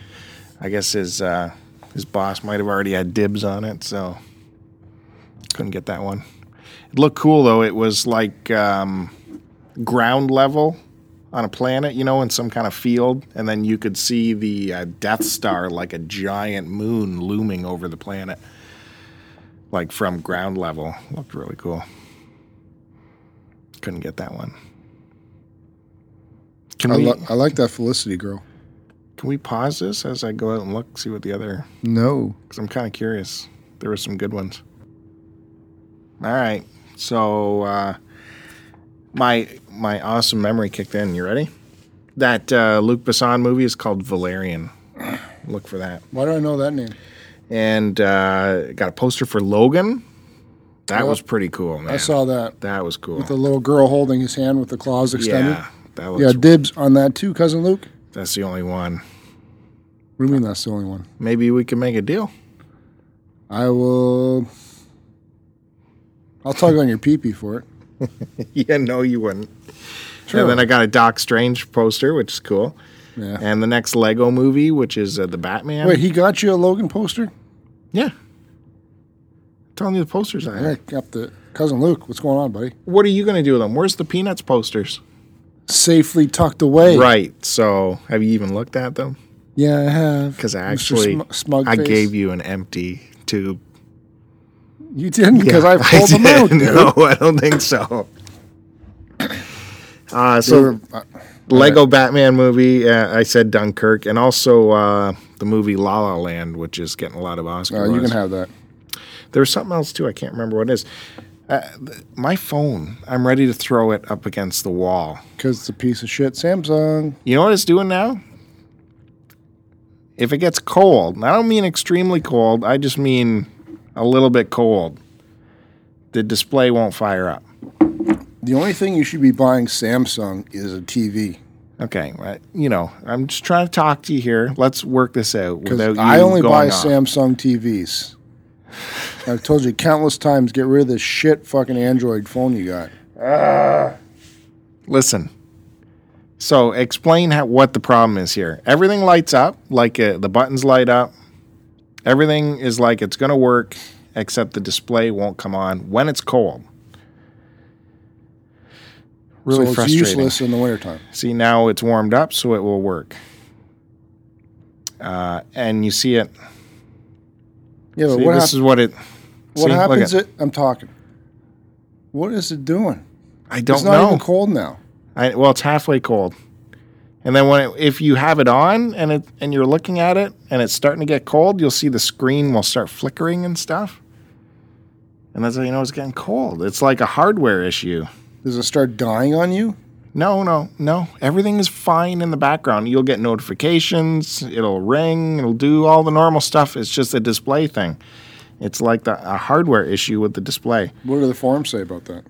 Speaker 3: I guess his uh, his boss might have already had dibs on it, so couldn't get that one. It looked cool though. It was like um, ground level on a planet, you know, in some kind of field, and then you could see the uh, Death Star like a giant moon looming over the planet, like from ground level. Looked really cool. Couldn't get that one. Can
Speaker 2: I,
Speaker 3: we
Speaker 2: lo- I like that Felicity girl.
Speaker 3: can we pause this as I go out and look, see what the other?
Speaker 2: No.
Speaker 3: Because I'm kind of curious. There were some good ones. All right, so uh, my my awesome memory kicked in. You ready? That uh, Luke Besson movie is called Valerian. Look for that.
Speaker 2: Why do I know that name?
Speaker 3: And uh, got a poster for Logan, That
Speaker 2: Well,
Speaker 3: was pretty cool, man.
Speaker 2: I saw that
Speaker 3: That was cool.
Speaker 2: with the little girl holding his hand with the claws extended.
Speaker 3: yeah, that
Speaker 2: Yeah,
Speaker 3: looks,
Speaker 2: dibs on that too, cousin Luke.
Speaker 3: that's the only one.
Speaker 2: What do you mean that's the only one?
Speaker 3: Maybe we can make a deal.
Speaker 2: I will. I'll tug on your pee pee for it.
Speaker 3: yeah, no, you wouldn't.
Speaker 2: Sure.
Speaker 3: And then I got a Doc Strange poster, which is cool.
Speaker 2: Yeah.
Speaker 3: And the next Lego movie, which is uh, the Batman.
Speaker 2: Wait, he got you a Logan poster?
Speaker 3: Yeah. Telling you the posters I
Speaker 2: I
Speaker 3: have.
Speaker 2: got the cousin Luke. What's going on, buddy?
Speaker 3: What are you going to do with them? Where's the Peanuts posters?
Speaker 2: Safely tucked away.
Speaker 3: Right. So have you even looked at them?
Speaker 2: Yeah, I have.
Speaker 3: Because I
Speaker 2: Mr.
Speaker 3: actually,
Speaker 2: Sm- smug
Speaker 3: I
Speaker 2: face.
Speaker 3: gave you an empty tube.
Speaker 2: You didn't because I pulled them out.
Speaker 3: did.
Speaker 2: Dude.
Speaker 3: No, I don't think so. Uh, so
Speaker 2: You're- uh,
Speaker 3: Lego Batman movie. Uh, I said Dunkirk, and also uh, the movie La La Land, which is getting a lot of Oscar.
Speaker 2: uh, you can
Speaker 3: buzz.
Speaker 2: have that.
Speaker 3: There was something else too. I can't remember what it is. Uh, th- my phone. I'm ready to throw it up against the wall.
Speaker 2: Because it's a piece of shit Samsung.
Speaker 3: You know what it's doing now? If it gets cold, and I don't mean extremely cold. I just mean a little bit cold. The display won't fire up.
Speaker 2: The only thing you should be buying Samsung is a TV.
Speaker 3: Okay, right. You know, I'm just trying to talk to you here. Let's work this out.
Speaker 2: Because
Speaker 3: Without
Speaker 2: I
Speaker 3: you
Speaker 2: only
Speaker 3: going
Speaker 2: buy
Speaker 3: off.
Speaker 2: Samsung TVs. I've told you countless times, get rid of this shit fucking Android phone you got.
Speaker 3: Listen. So explain how, what the problem is here. Everything lights up, like uh, the buttons light up. Everything is like it's going to work, except the display won't come on when it's cold. Really
Speaker 2: so it's
Speaker 3: frustrating.
Speaker 2: useless in the wintertime.
Speaker 3: See, now it's warmed up, so it will work. Uh, and you see it.
Speaker 2: Yeah, but
Speaker 3: See,
Speaker 2: what,
Speaker 3: this
Speaker 2: hap-
Speaker 3: is what it.
Speaker 2: what
Speaker 3: see, look
Speaker 2: happens?
Speaker 3: at-
Speaker 2: It, I'm talking. What is it doing?
Speaker 3: I don't
Speaker 2: it's not
Speaker 3: know.
Speaker 2: even cold now.
Speaker 3: I, well, it's halfway cold. And then when it, if you have it on and it and you're looking at it and it's starting to get cold, you'll see the screen will start flickering and stuff. And that's how you know it's getting cold. It's like a hardware issue.
Speaker 2: Does it start dying on you?
Speaker 3: No, no, no. Everything is fine in the background. You'll get notifications. It'll ring. It'll do all the normal stuff. It's just a display thing. It's like the, a hardware issue with the display.
Speaker 2: What do the forums say about that?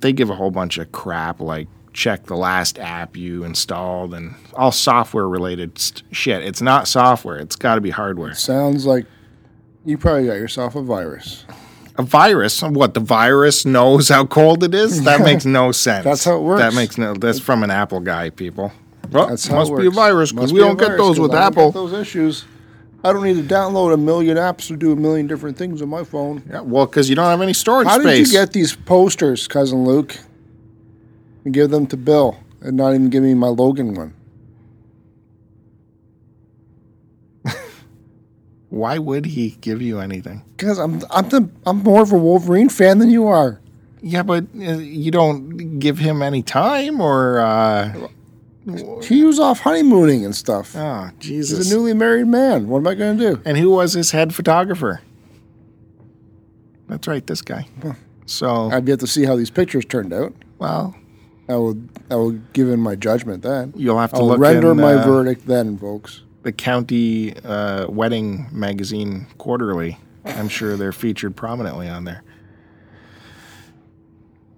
Speaker 3: they give a whole bunch of crap like check the last app you installed and all software related st- shit it's not software it's got to be hardware
Speaker 2: Sounds like you probably got yourself a virus.
Speaker 3: a virus what the virus knows how cold it is that makes no sense
Speaker 2: That's how it works.
Speaker 3: that makes no that's from an apple guy people well,
Speaker 2: That's how
Speaker 3: must
Speaker 2: it
Speaker 3: be a
Speaker 2: works.
Speaker 3: virus
Speaker 2: Must
Speaker 3: because we
Speaker 2: be a
Speaker 3: don't get
Speaker 2: virus,
Speaker 3: those
Speaker 2: 'cause
Speaker 3: with
Speaker 2: I don't get
Speaker 3: apple
Speaker 2: those issues. I don't need to download a million apps to do a million different things on my phone.
Speaker 3: yeah, well because you don't have any storage
Speaker 2: How
Speaker 3: space
Speaker 2: did you get these posters, cousin Luke? And give them to Bill, and not even give me my Logan one.
Speaker 3: why would he give you anything
Speaker 2: Because I'm I'm the, I'm more of a Wolverine fan than you are.
Speaker 3: yeah but uh, you don't give him any time or uh,
Speaker 2: He was off honeymooning and stuff.
Speaker 3: oh jesus
Speaker 2: He's a newly married man. What am I going to do?
Speaker 3: And who was his head photographer? That's right, this guy. So,
Speaker 2: I'd yet to see how these pictures turned out.
Speaker 3: well,
Speaker 2: I will I will give in my judgment then.
Speaker 3: you'll have to
Speaker 2: I'll
Speaker 3: look
Speaker 2: render
Speaker 3: in
Speaker 2: my
Speaker 3: uh,
Speaker 2: verdict then, folks.
Speaker 3: the county uh, wedding magazine quarterly. I'm sure they're featured prominently on there.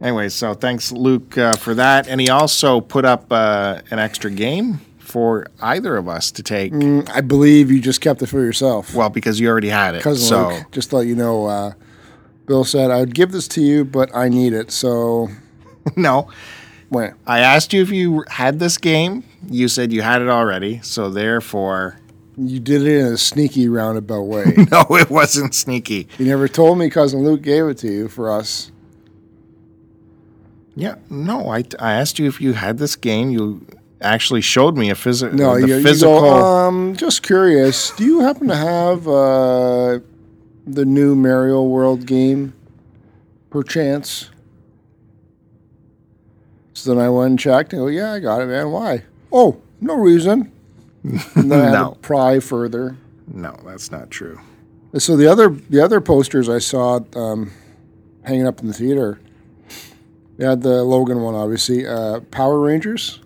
Speaker 3: Anyway, so thanks, Luke, uh, for that. And he also put up uh, an extra game for either of us to take.
Speaker 2: Mm, I believe you just kept it for yourself.
Speaker 3: Well, because you already had it.
Speaker 2: Cousin
Speaker 3: so,
Speaker 2: Luke, just to let you know, uh, Bill said I would give this to you, but I need it. So
Speaker 3: no,
Speaker 2: wait,
Speaker 3: I asked you if you had this game. You said you had it already, so therefore,
Speaker 2: you did it in a sneaky roundabout way.
Speaker 3: no, it wasn't sneaky.
Speaker 2: you never told me cousin Luke gave it to you for us.
Speaker 3: Yeah, no, I, I asked you if you had this game. You actually showed me a physi-
Speaker 2: No,
Speaker 3: the
Speaker 2: you,
Speaker 3: physical.
Speaker 2: you go, um, just curious. Do you happen to have uh, the new Mario World game, perchance? So then I went and checked and go, yeah, I got it, man. Why? Oh, no reason. And then I had
Speaker 3: No.
Speaker 2: to pry further.
Speaker 3: no, that's not true.
Speaker 2: And So the other the other posters I saw um, hanging up in the theater, they had the Logan one, obviously. Uh, Power Rangers.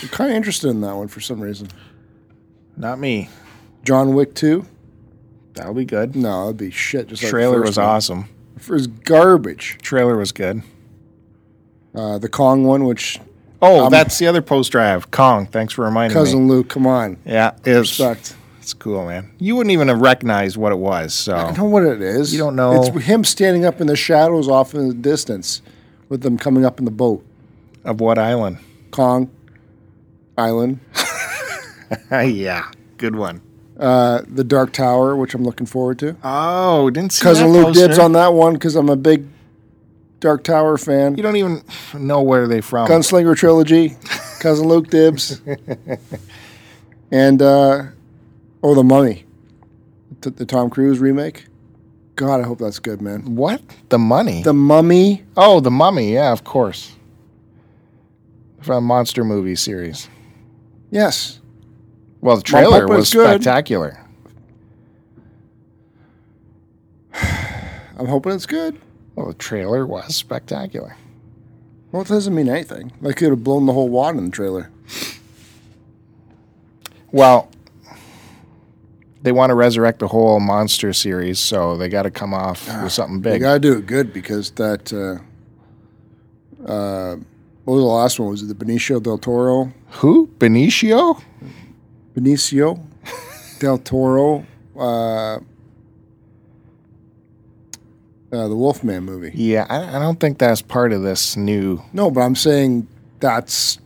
Speaker 2: I'm kind of interested in that one for some reason.
Speaker 3: Not me.
Speaker 2: John Wick 2.
Speaker 3: That'll be good.
Speaker 2: No, it'd be shit. Just like the
Speaker 3: Trailer
Speaker 2: first
Speaker 3: was
Speaker 2: one.
Speaker 3: awesome.
Speaker 2: The for his garbage.
Speaker 3: Trailer was good.
Speaker 2: Uh, the Kong one, which
Speaker 3: Oh,
Speaker 2: Um,
Speaker 3: that's the other poster I have. Kong. Thanks for reminding me.
Speaker 2: cousin Luke, come on,
Speaker 3: Yeah, it's
Speaker 2: sucked.
Speaker 3: it's cool, man. You wouldn't even have recognized what it was.
Speaker 2: I
Speaker 3: So
Speaker 2: don't know what it is.
Speaker 3: You don't know.
Speaker 2: It's him standing up in the shadows off in the distance, with them coming up in the boat.
Speaker 3: of what island?
Speaker 2: Kong Island,
Speaker 3: yeah, good one.
Speaker 2: uh, the Dark Tower, which I'm looking forward to.
Speaker 3: Oh, didn't see
Speaker 2: Cousin
Speaker 3: that
Speaker 2: Luke
Speaker 3: poster.
Speaker 2: dibs on that one because I'm a big Dark Tower fan.
Speaker 3: You don't even know where they from.
Speaker 2: Gunslinger trilogy, Cousin Luke dibs, and uh, oh, the Mummy, T- the Tom Cruise remake. God, I hope that's good, man.
Speaker 3: what? The money.
Speaker 2: The Mummy.
Speaker 3: oh, the mummy. Yeah, of course. From monster movie series.
Speaker 2: Yes,
Speaker 3: Well, the trailer
Speaker 2: Pump was
Speaker 3: was
Speaker 2: good.
Speaker 3: spectacular.
Speaker 2: I'm hoping it's good.
Speaker 3: Well, the trailer was spectacular.
Speaker 2: Well, it doesn't mean anything. Like could have blown the whole wad in the trailer.
Speaker 3: Well, they want to resurrect the whole monster series, so they got to come off
Speaker 2: Ah,
Speaker 3: with something
Speaker 2: You
Speaker 3: big.
Speaker 2: gotta do it good because that. Uh, uh, what was the last one? Was it the Benicio del Toro?
Speaker 3: Who? Benicio?
Speaker 2: Benicio del Toro, uh, uh, the Wolfman movie.
Speaker 3: Yeah, I, I don't think that's part of this new.
Speaker 2: No, but I'm saying that's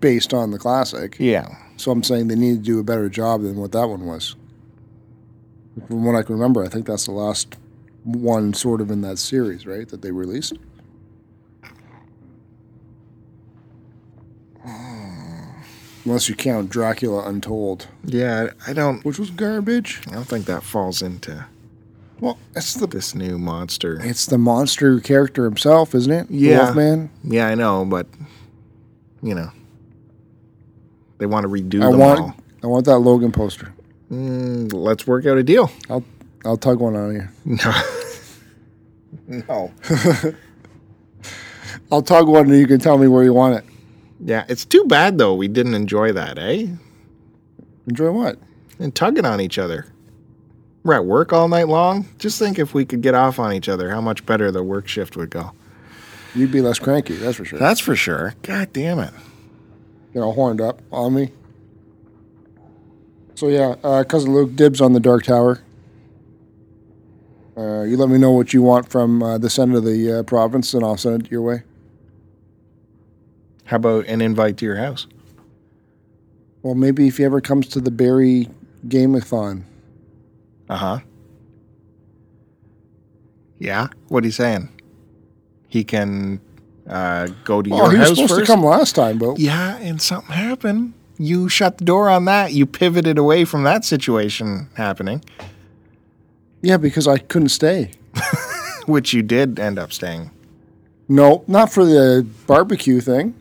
Speaker 2: based on the classic.
Speaker 3: Yeah.
Speaker 2: So I'm saying they need to do a better job than what that one was. From what I can remember, I think that's the last one sort of in that series, right? That they released. Unless you count Dracula Untold,
Speaker 3: Yeah, I I don't.
Speaker 2: which was garbage.
Speaker 3: I don't think that falls into
Speaker 2: Well, that's the
Speaker 3: this new monster.
Speaker 2: It's the monster character himself, isn't it? The
Speaker 3: Yeah.
Speaker 2: Wolfman.
Speaker 3: Yeah, I know, but you know, they want to redo
Speaker 2: I
Speaker 3: them
Speaker 2: want
Speaker 3: all.
Speaker 2: I want that Logan poster.
Speaker 3: Mm, let's work out a deal.
Speaker 2: I'll I'll tug one on you.
Speaker 3: No, no.
Speaker 2: I'll tug one and you can tell me where you want it.
Speaker 3: Yeah, it's too bad though. We didn't enjoy that, eh?
Speaker 2: Enjoy what?
Speaker 3: And tugging on each other. We're at work all night long. Just think if we could get off on each other, how much better the work shift would go.
Speaker 2: You'd be less cranky, that's for sure.
Speaker 3: That's for sure. God damn it.
Speaker 2: They're all horned up on me. So yeah, uh, cousin Luke dibs on the Dark Tower. Uh, you let me know what you want from uh, the end of the uh, province, and I'll send it your way.
Speaker 3: How about an invite to your house?
Speaker 2: Well, maybe if he ever comes to the Barry Gameathon,
Speaker 3: Uh huh. Yeah. What are you saying? He can uh, go to
Speaker 2: oh,
Speaker 3: your
Speaker 2: he was
Speaker 3: house
Speaker 2: supposed
Speaker 3: first.
Speaker 2: to come last time, but
Speaker 3: Yeah, and something happened. You shut the door on that. You pivoted away from that situation happening,
Speaker 2: yeah, because I couldn't stay.
Speaker 3: which you did end up staying.
Speaker 2: No, not for the barbecue thing.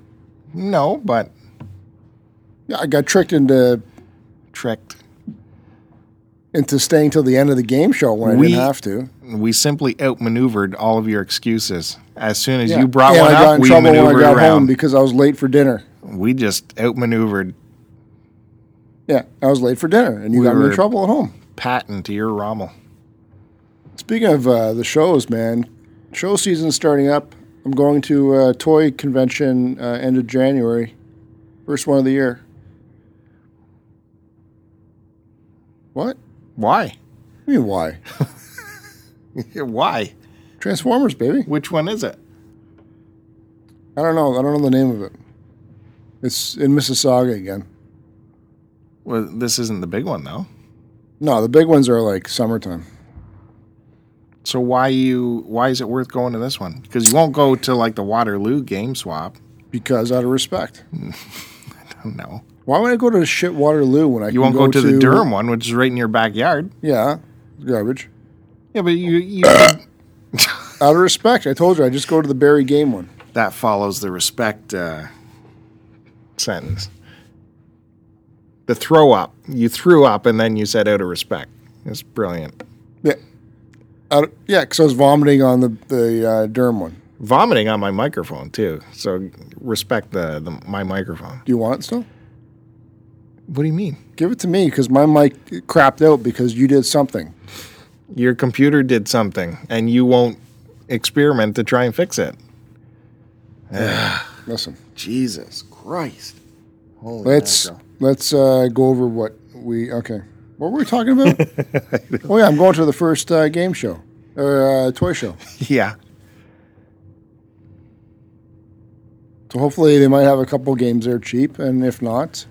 Speaker 3: No, but
Speaker 2: Yeah, I got tricked into
Speaker 3: tricked.
Speaker 2: into staying till the end of the game show when I
Speaker 3: We-
Speaker 2: didn't have to.
Speaker 3: We simply outmaneuvered all of your excuses. As soon as
Speaker 2: Yeah.
Speaker 3: you brought
Speaker 2: and
Speaker 3: one
Speaker 2: I got
Speaker 3: up,
Speaker 2: in
Speaker 3: we
Speaker 2: trouble when I
Speaker 3: maneuvered
Speaker 2: got home
Speaker 3: around.
Speaker 2: because I was late for dinner.
Speaker 3: we just outmaneuvered
Speaker 2: Yeah, I was late for dinner, and you
Speaker 3: We
Speaker 2: got me in
Speaker 3: were-
Speaker 2: trouble at home.
Speaker 3: Patton to your Rommel.
Speaker 2: Speaking of uh, the shows, man, show season's starting up. I'm going to uh, toy convention uh, end of January, first one of the year. What?
Speaker 3: Why?
Speaker 2: I mean, why?
Speaker 3: Why?
Speaker 2: Transformers, baby.
Speaker 3: Which one is it?
Speaker 2: I don't know. I don't know the name of it. It's in Mississauga again.
Speaker 3: Well, this isn't the big one though.
Speaker 2: No, the big ones are like summertime.
Speaker 3: So why you why is it worth going to this one? Because you won't go to like the Waterloo game swap.
Speaker 2: Because out of respect,
Speaker 3: No.
Speaker 2: why would I go to shit Waterloo when I
Speaker 3: You won't go, to, the Durham one, which is right in your backyard.
Speaker 2: Yeah, garbage.
Speaker 3: Yeah, but you, you
Speaker 2: Out of respect, I told you I just go to the Barry game one.
Speaker 3: that follows the respect uh, sentence. The throw up. You threw up and then you said out of respect. It's brilliant.
Speaker 2: Yeah, out of- yeah, because I was vomiting on the the uh, Durham one.
Speaker 3: Vomiting on my microphone too. So respect the, the my microphone.
Speaker 2: Do you want it still?
Speaker 3: What do you mean?
Speaker 2: Give it to me because my mic crapped out because you did something.
Speaker 3: Your computer did something and you won't experiment to try and fix it.
Speaker 2: Listen,
Speaker 4: Jesus Christ. Holy
Speaker 2: let's
Speaker 4: mackerel.
Speaker 2: let's uh, go over what we okay. What were we talking about? oh yeah, I'm going to the first uh, game show or uh, toy show.
Speaker 3: Yeah.
Speaker 2: So hopefully they might have a couple games there cheap, and if not,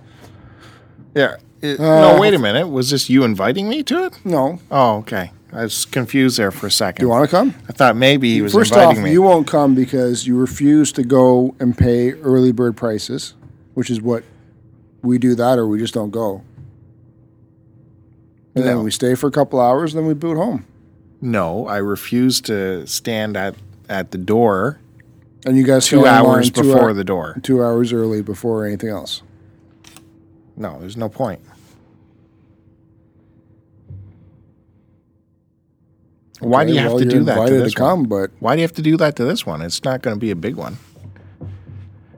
Speaker 3: Yeah. It-
Speaker 2: Uh,
Speaker 3: no, wait a minute. Was this you inviting me to it?
Speaker 2: no.
Speaker 3: Oh, okay. I was confused there for a second.
Speaker 2: Do you want to come?
Speaker 3: I thought maybe he was
Speaker 2: First off,
Speaker 3: inviting me.
Speaker 2: you won't come because you refuse to go and pay early bird prices, which is what we do that, or we just don't go. And
Speaker 3: No.
Speaker 2: then we stay for a couple hours, and then we boot home.
Speaker 3: no, I refused to stand at, at the door
Speaker 2: And you guys
Speaker 3: two
Speaker 2: go online
Speaker 3: hours
Speaker 2: two
Speaker 3: before
Speaker 2: hou-
Speaker 3: the door.
Speaker 2: two hours early before anything else.
Speaker 3: No, there's no point. Why do
Speaker 2: Okay,
Speaker 3: you have
Speaker 2: well,
Speaker 3: to
Speaker 2: you're
Speaker 3: do that to
Speaker 2: invited
Speaker 3: this
Speaker 2: come,
Speaker 3: one?
Speaker 2: but
Speaker 3: Why do you have to do that to this one? It's not going to be a big one.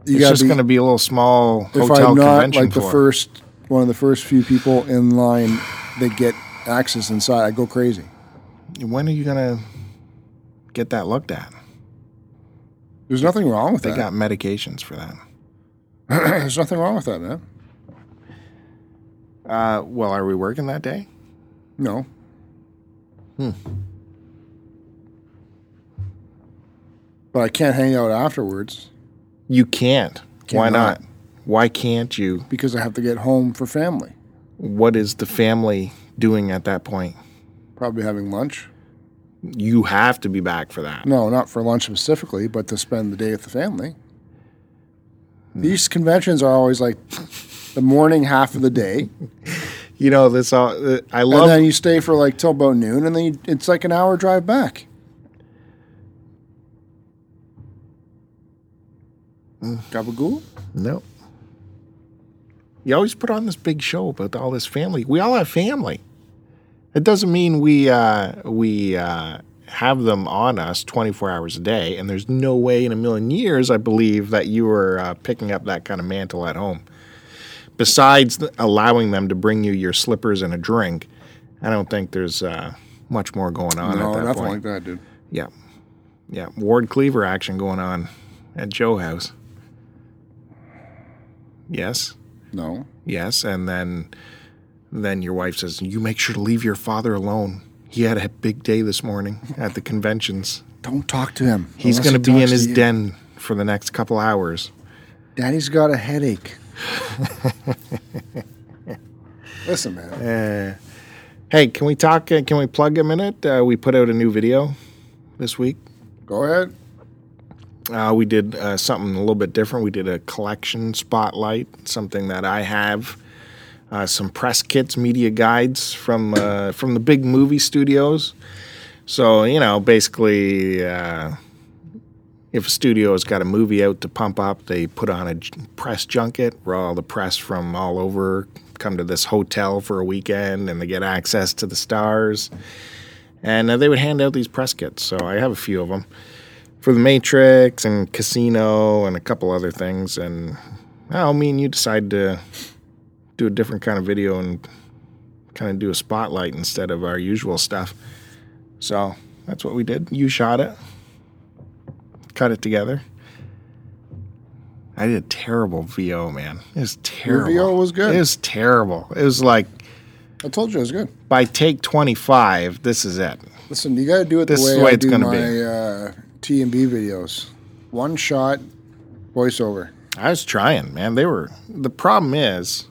Speaker 2: you
Speaker 3: it's
Speaker 2: got
Speaker 3: just going to be a little small
Speaker 2: If
Speaker 3: hotel
Speaker 2: I'm not
Speaker 3: convention
Speaker 2: like the
Speaker 3: floor.
Speaker 2: first one of the first few people in line that get access inside, I go crazy.
Speaker 3: When are you going to get that looked at?
Speaker 2: There's nothing wrong with
Speaker 3: They
Speaker 2: that.
Speaker 3: got medications for that.
Speaker 2: There's nothing wrong with that, man.
Speaker 3: Uh, well, are we working that day?
Speaker 2: No,
Speaker 3: Hmm.
Speaker 2: but I can't hang out afterwards
Speaker 3: You can't. Why
Speaker 2: Cannot.
Speaker 3: not? Why can't you?
Speaker 2: because I have to get home for family.
Speaker 3: What is the family doing at that point?
Speaker 2: Probably having lunch.
Speaker 3: You have to be back for that.
Speaker 2: No, not for lunch specifically, but to spend the day with the family. These conventions are always like the morning half of the day,
Speaker 3: You know this. All uh, I
Speaker 2: and
Speaker 3: love.
Speaker 2: then you stay for like till about noon, and then you, it's like an hour drive back.
Speaker 3: Mm.
Speaker 2: Gabagool?
Speaker 3: No. You always put on this big show about all this family. We all have family. It doesn't mean we uh, we uh, have them on us 24 hours a day. And there's no way in a million years, I believe, that you are uh, picking up that kind of mantle at home. Besides th- allowing them to bring you your slippers and a drink, I don't think there's uh, much more going on
Speaker 2: No,
Speaker 3: at that
Speaker 2: nothing
Speaker 3: point.
Speaker 2: like that, dude.
Speaker 3: Yeah. Yeah. Ward Cleaver action going on at Joe House. Yes.
Speaker 2: No.
Speaker 3: Yes. And then then your wife says, You make sure to leave your father alone. He had a big day this morning at the conventions.
Speaker 2: Don't talk to him.
Speaker 3: He's
Speaker 2: unless
Speaker 3: gonna
Speaker 2: he
Speaker 3: be in
Speaker 2: talks to
Speaker 3: his
Speaker 2: you.
Speaker 3: den for the next couple hours.
Speaker 2: Daddy's got a headache. Listen, man.
Speaker 3: Uh, hey, can we talk? Uh, can we plug a minute? Uh, we put out a new video this week.
Speaker 2: Go ahead.
Speaker 3: Uh, we did uh, something a little bit different. We did a collection spotlight, something that I have. Uh, some press kits, media guides from uh, from the big movie studios. So you know, basically, uh, if a studio has got a movie out to pump up, they put on a j- press junket where all the press from all over come to this hotel for a weekend, and they get access to the stars. And uh, they would hand out these press kits. So I have a few of them for the Matrix and Casino and a couple other things. And well, me and you decided to do a different kind of video and kind of do a spotlight instead of our usual stuff. So that's what we did. You shot it, cut it together. I did a terrible VO, man. It was terrible.
Speaker 2: VO was good.
Speaker 3: It was terrible. It was like
Speaker 2: I told you it was good.
Speaker 3: by take 25, this is it.
Speaker 2: Listen, you got to do it
Speaker 3: This
Speaker 2: the
Speaker 3: is
Speaker 2: way,
Speaker 3: the way
Speaker 2: I
Speaker 3: it's
Speaker 2: do
Speaker 3: gonna
Speaker 2: my
Speaker 3: be.
Speaker 2: Uh, T and B videos. One shot, voiceover.
Speaker 3: I was trying, man. They were the problem is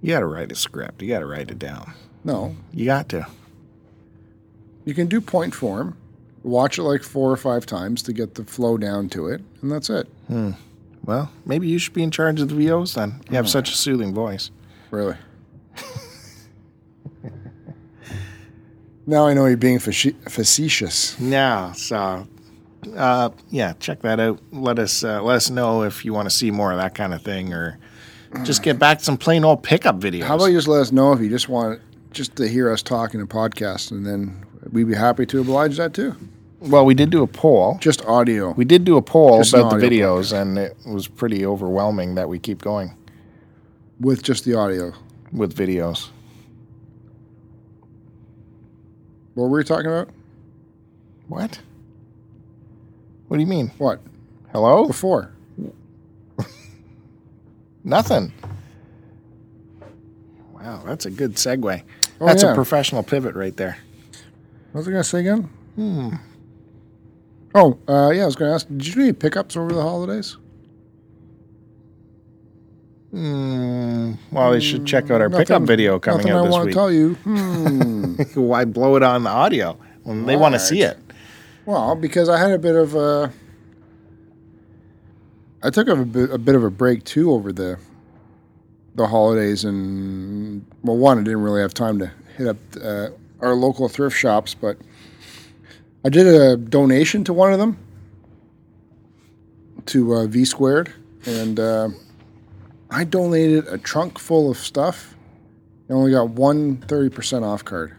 Speaker 3: you gotta write a script. You gotta write it down.
Speaker 2: No,
Speaker 3: You got to.
Speaker 2: you can do point form. Watch it like four or five times to get the flow down to it, and that's it.
Speaker 3: Well, maybe you should be in charge of the VOs then. You have such a soothing voice.
Speaker 2: Really. now I know you're being faci- facetious.
Speaker 3: Now, so uh, yeah, check that out. Let us uh, let us know if you want to see more of that kind of thing, or just get back to some plain old pickup videos.
Speaker 2: How about you just let us know if you just want just to hear us talk in a podcast, and then we'd be happy to oblige that too.
Speaker 3: Well, we did do a poll.
Speaker 2: Just audio.
Speaker 3: We did do a poll
Speaker 2: Just an
Speaker 3: about the
Speaker 2: audio
Speaker 3: videos, and it was pretty overwhelming that we keep going
Speaker 2: with just the audio.
Speaker 3: with videos.
Speaker 2: What were we talking about?
Speaker 3: What? What do you mean?
Speaker 2: What?
Speaker 3: Hello?
Speaker 2: Before.
Speaker 3: Nothing. Wow, that's a good segue.
Speaker 2: Oh,
Speaker 3: that's
Speaker 2: yeah.
Speaker 3: a professional pivot right there.
Speaker 2: What was I going to say again? Hmm. Oh, uh, yeah, I was going to ask, did you do any pickups over the holidays?
Speaker 3: Mm, well, they should check out our pickup
Speaker 2: Nothing-
Speaker 3: video coming
Speaker 2: nothing
Speaker 3: out
Speaker 2: I
Speaker 3: this
Speaker 2: want
Speaker 3: week.
Speaker 2: to tell you. Hmm.
Speaker 3: Why blow it on the audio when they
Speaker 2: All
Speaker 3: want
Speaker 2: right.
Speaker 3: to see it?
Speaker 2: well, because I had a bit of a... I took a bit, a bit of a break, too, over the the holidays. And, well, one, I didn't really have time to hit up uh, our local thrift shops, but I did a donation to one of them, to uh, V Squared. And... Uh, I donated a trunk full of stuff. I only got one 30% off card.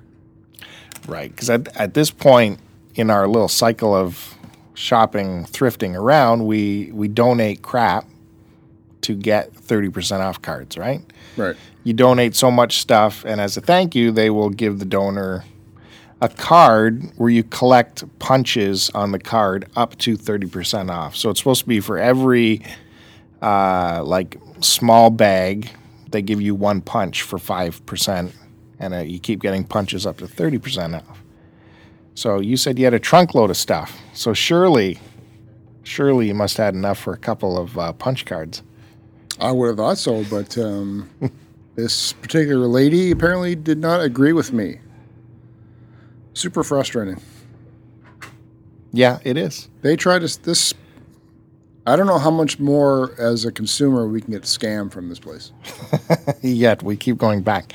Speaker 3: Right. Because at, at this point in our little cycle of shopping, thrifting around, we, we donate crap to get 30% off cards, right?
Speaker 2: Right.
Speaker 3: You donate so much stuff, and as a thank you, they will give the donor a card where you collect punches on the card up to 30% off. So it's supposed to be for every uh, like small bag, they give you one punch for 5%, and uh, you keep getting punches up to 30% off. So you said you had a trunk load of stuff. So surely, surely you must have had enough for a couple of uh, punch cards.
Speaker 2: I would have thought so, but um, this particular lady apparently did not agree with me. Super frustrating.
Speaker 3: Yeah, it is.
Speaker 2: They tried to, s- this, I don't know how much more as a consumer we can get scammed from this place.
Speaker 3: yet we keep going back.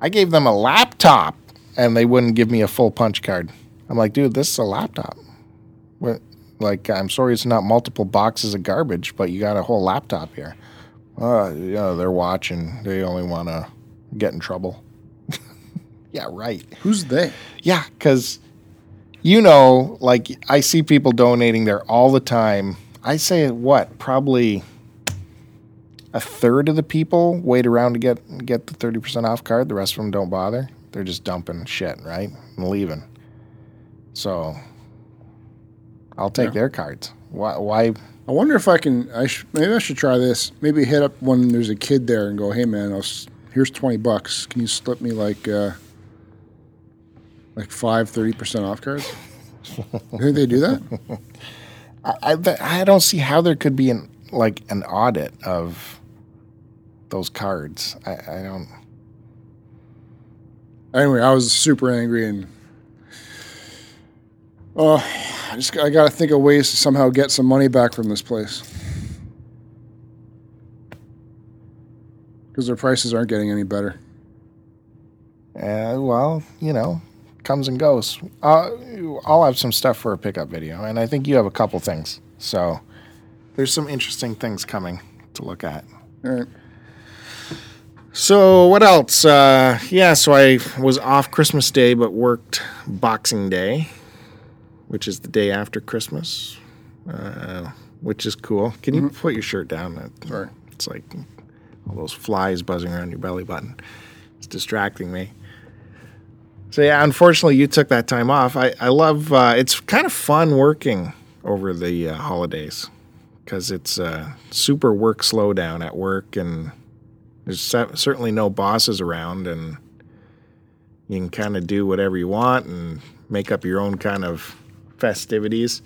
Speaker 3: I gave them a laptop and they wouldn't give me a full punch card. I'm like, dude, this is a laptop. What- Like, I'm sorry, it's not multiple boxes of garbage, but you got a whole laptop here. Uh, you know, they're watching. They only want to get in trouble. yeah, right.
Speaker 2: Who's they?
Speaker 3: Yeah, because you know, like I see people donating there all the time. I say what? Probably a third of the people wait around to get get the thirty percent off card. The rest of them don't bother. They're just dumping shit, right, and leaving. So I'll take their cards. Why? Why?
Speaker 2: I wonder if I can, I sh- maybe I should try this. Maybe hit up when there's a kid there and go, hey man, I'll s- here's 20 bucks. Can you slip me like, uh, like five 30% off cards? you think they do that?
Speaker 3: I, I I don't see how there could be an like an audit of those cards. I, I don't.
Speaker 2: Anyway, I was super angry and, oh, I just, I got to think of ways to somehow get some money back from this place. Because their prices aren't getting any better.
Speaker 3: Uh, well, you know, comes and goes. Uh, I'll have some stuff for a pickup video, and I think you have a couple things. So there's some interesting things coming to look at.
Speaker 2: All right.
Speaker 3: So what else? Uh, yeah, so I was off Christmas Day, but worked Boxing Day, which is the day after Christmas, uh, which is cool. Can you put your shirt down? That-
Speaker 2: Sorry.
Speaker 3: It's like all those flies buzzing around your belly button. It's distracting me. So yeah, unfortunately, you took that time off. I I love. Uh, it's kind of fun working over the uh, holidays because it's uh, super work slowdown at work, and there's cer- certainly no bosses around, and you can kind of do whatever you want and make up your own kind of festivities.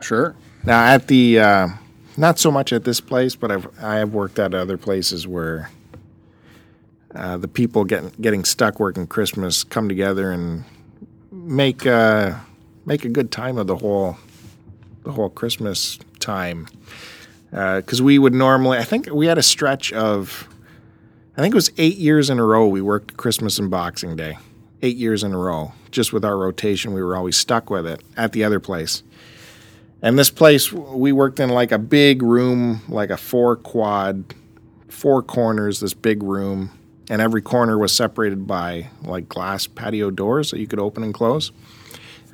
Speaker 2: Sure.
Speaker 3: Now at the uh, not so much at this place, but I've I have worked at other places where uh, the people getting getting stuck working Christmas come together and make uh, make a good time of the whole the whole Christmas time because we would normally I think we had a stretch of I think it was eight years in a row we worked Christmas and Boxing Day eight years in a row just with our rotation we were always stuck with it at the other place and this place we worked in like a big room, like a four quad, four corners, this big room, and every corner was separated by like glass patio doors that you could open and close.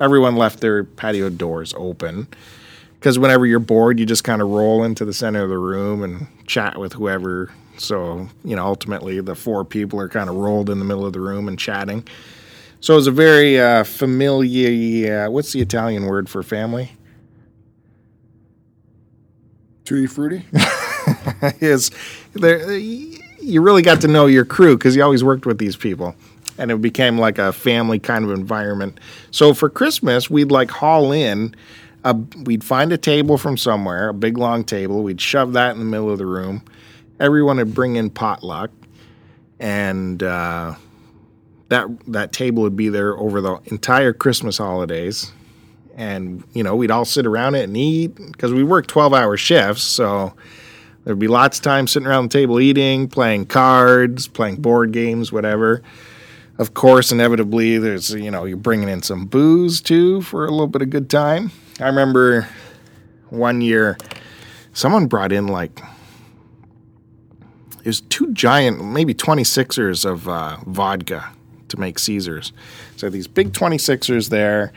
Speaker 3: Everyone left their patio doors open because whenever you're bored, you just kind of roll into the center of the room and chat with whoever. So, you know, ultimately the four people are kind of rolled in the middle of the room and chatting. uh, So it was a very uh, familiar, what's the Italian word for family?
Speaker 2: Tutti Frutti?
Speaker 3: is there you really got to know your crew because you always worked with these people and it became like a family kind of environment so for christmas we'd like haul in a, we'd find a table from somewhere a big long table we'd shove that in the middle of the room everyone would bring in potluck and uh, that that table would be there over the entire christmas holidays and you know we'd all sit around it and eat because we worked 12 hour shifts so There'd be lots of time sitting around the table eating, playing cards, playing board games, whatever. Of course, inevitably, there's, you know, you're bringing in some booze too for a little bit of good time. I remember one year someone brought in like, it was two giant, maybe 26ers of uh, vodka to make Caesars. So these big 26ers there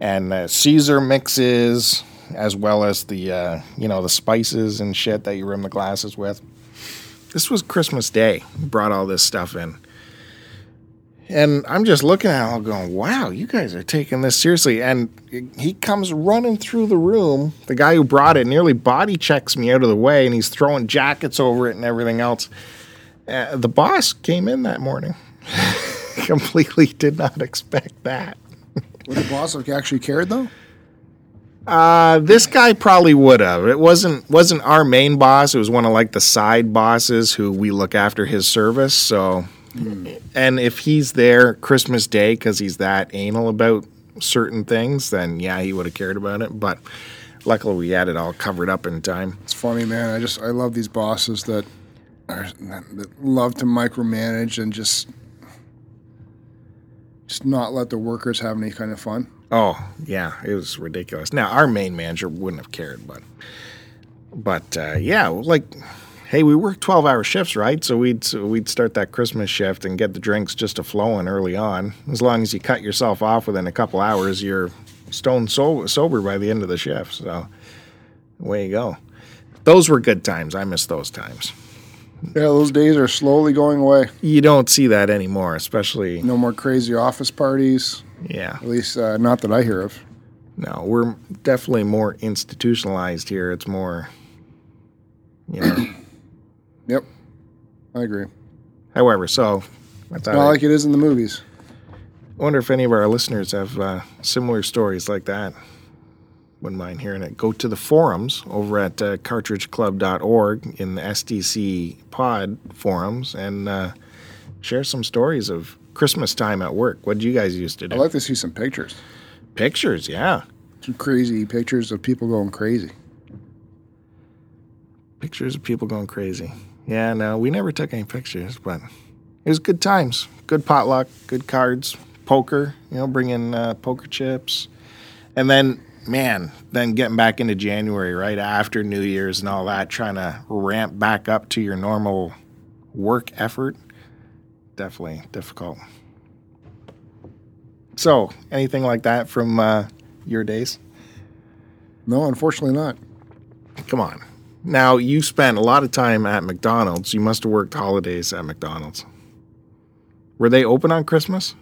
Speaker 3: and uh, Caesar mixes, as well as the uh, you know the spices and shit that you rim the glasses with. This was Christmas Day. We Brought all this stuff in, and I'm just looking at it all going, "Wow, you guys are taking this seriously." And he comes running through the room. The guy who brought it nearly body checks me out of the way, and he's throwing jackets over it and everything else. Uh, the boss came in that morning. Completely did not expect that.
Speaker 2: Would the boss have actually cared though?
Speaker 3: Uh, this guy probably would have. It wasn't wasn't our main boss. It was one of like the side bosses who we look after his service. So, and if he's there Christmas Day because he's that anal about certain things, then yeah, he would have cared about it. But luckily, we had it all covered up in time.
Speaker 2: It's funny, man. I just I love these bosses that are that love to micromanage and just just not let the workers have any kind of fun.
Speaker 3: Oh yeah, it was ridiculous. Now our main manager wouldn't have cared, but but uh, yeah, like hey, we work twelve hour shifts, right? So we'd so we'd start that Christmas shift and get the drinks just a flowing early on. As long as you cut yourself off within a couple hours, you're stone so- sober by the end of the shift. So way you go. Those were good times. I miss those times.
Speaker 2: Yeah, those days are slowly going away.
Speaker 3: You don't see that anymore, especially
Speaker 2: No more crazy office parties.
Speaker 3: yeah.
Speaker 2: At least, uh, not that I hear of.
Speaker 3: No, we're definitely more institutionalized here. It's more, you know.
Speaker 2: Yep, I agree.
Speaker 3: However, so I thought.
Speaker 2: Not
Speaker 3: I
Speaker 2: like it is in the movies.
Speaker 3: wonder if any of our listeners have uh, similar stories like that. Wouldn't mind hearing it. Go to the forums over at uh, cartridgeclub.org in the SDC pod forums and uh, share some stories of Christmas time at work. What you guys used to do?
Speaker 2: I'd like to see some pictures,
Speaker 3: Pictures, yeah.
Speaker 2: some crazy pictures of people going crazy.
Speaker 3: pictures of people going crazy. Yeah, no, we never took any pictures, but it was good times. Good potluck, good cards, poker, you know, bring in uh, poker chips. And then, man, then getting back into January, right after New Year's and all that, trying to ramp back up to your normal work effort. Definitely difficult. So, anything like that from uh, your days?
Speaker 2: No, unfortunately not.
Speaker 3: Come on. Now you spent a lot of time at McDonald's. You must have worked holidays at McDonald's. Were they open on Christmas?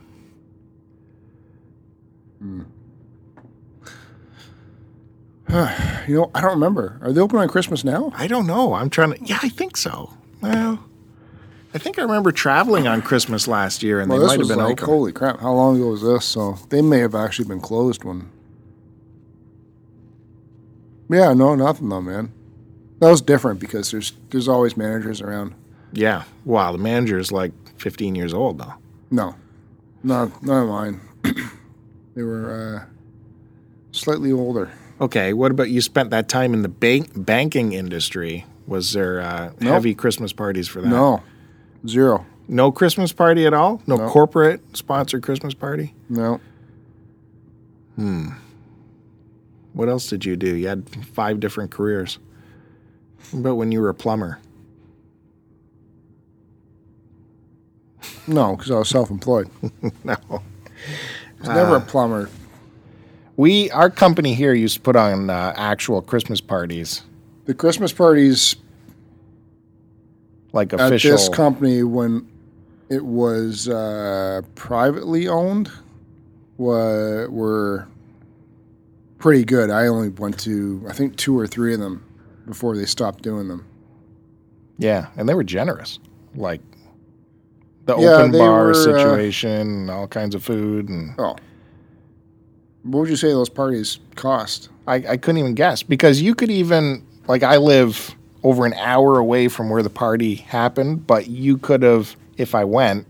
Speaker 2: You know, I don't remember. Are they open on Christmas now?
Speaker 3: I don't know. I'm trying to. Yeah, I think so. Well, I think I remember traveling on Christmas last year, and
Speaker 2: Well,
Speaker 3: they
Speaker 2: this
Speaker 3: might have
Speaker 2: was
Speaker 3: been
Speaker 2: like,
Speaker 3: open.
Speaker 2: holy crap, how long ago was this? So they may have actually been closed when. Yeah, no, nothing though, man. That was different because there's there's always managers around.
Speaker 3: Yeah. Wow. The manager is like 15 years old though.
Speaker 2: No, not not mine. they were uh, slightly older.
Speaker 3: Okay. What about you? Spent that time in the bank banking industry. Was there uh, heavy Christmas parties for that?
Speaker 2: No, zero.
Speaker 3: No Christmas party at all. No, corporate sponsored Christmas party.
Speaker 2: No,
Speaker 3: What else did you do? You had five different careers. What about when you were a plumber?
Speaker 2: no, because I was self-employed. I
Speaker 3: No.
Speaker 2: was never a plumber.
Speaker 3: We, our company here used to put on uh, actual Christmas parties,
Speaker 2: The Christmas parties
Speaker 3: like
Speaker 2: at
Speaker 3: official.
Speaker 2: this company when it was uh, privately owned wa- were pretty good. I only went to I think two or three of them. before they stopped doing them.
Speaker 3: Yeah, and they were generous. Like the
Speaker 2: Yeah,
Speaker 3: open
Speaker 2: they
Speaker 3: bar
Speaker 2: were, uh,
Speaker 3: situation, and all kinds of food, and
Speaker 2: Oh. What would you say those parties cost?
Speaker 3: I, I couldn't even guess because you could even like I live over an hour away from where the party happened, but you could have, if I went,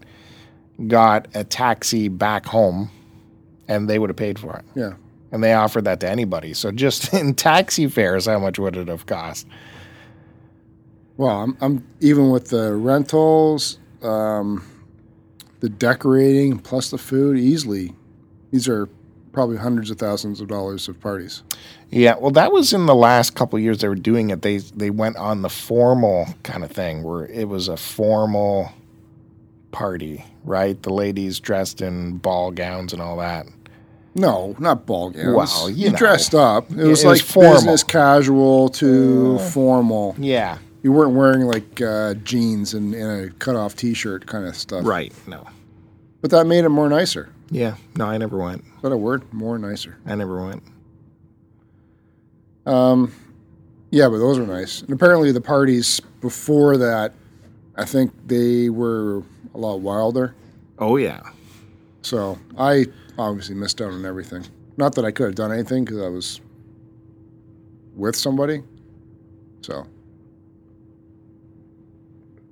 Speaker 3: got a taxi back home, and they would have paid for it.
Speaker 2: Yeah.
Speaker 3: And they offered that to anybody. So just in taxi fares, how much would it have cost?
Speaker 2: Well, I'm, I'm even with the rentals, um, the decorating, plus the food, easily. These are probably hundreds of thousands of dollars of parties.
Speaker 3: Yeah, well, that was in the last couple of years they were doing it. They they went on the formal kind of thing where it was a formal party, right? The ladies dressed in ball gowns and all that.
Speaker 2: No, not ball gowns.
Speaker 3: Well, you
Speaker 2: you
Speaker 3: know.
Speaker 2: dressed up. It was
Speaker 3: it
Speaker 2: like
Speaker 3: was formal.
Speaker 2: business casual to formal.
Speaker 3: Yeah,
Speaker 2: You weren't wearing like uh, jeans and, and a cut off t shirt kind of stuff.
Speaker 3: right. No,
Speaker 2: But that made it more nicer.
Speaker 3: yeah, no, I never went.
Speaker 2: Is that a word? More nicer.
Speaker 3: I never went.
Speaker 2: Um, yeah, but those are nice. And apparently, the parties before that, I think they were a lot wilder.
Speaker 3: Oh yeah,
Speaker 2: So I obviously missed out on everything. Not that I could have done anything because I was with somebody. So,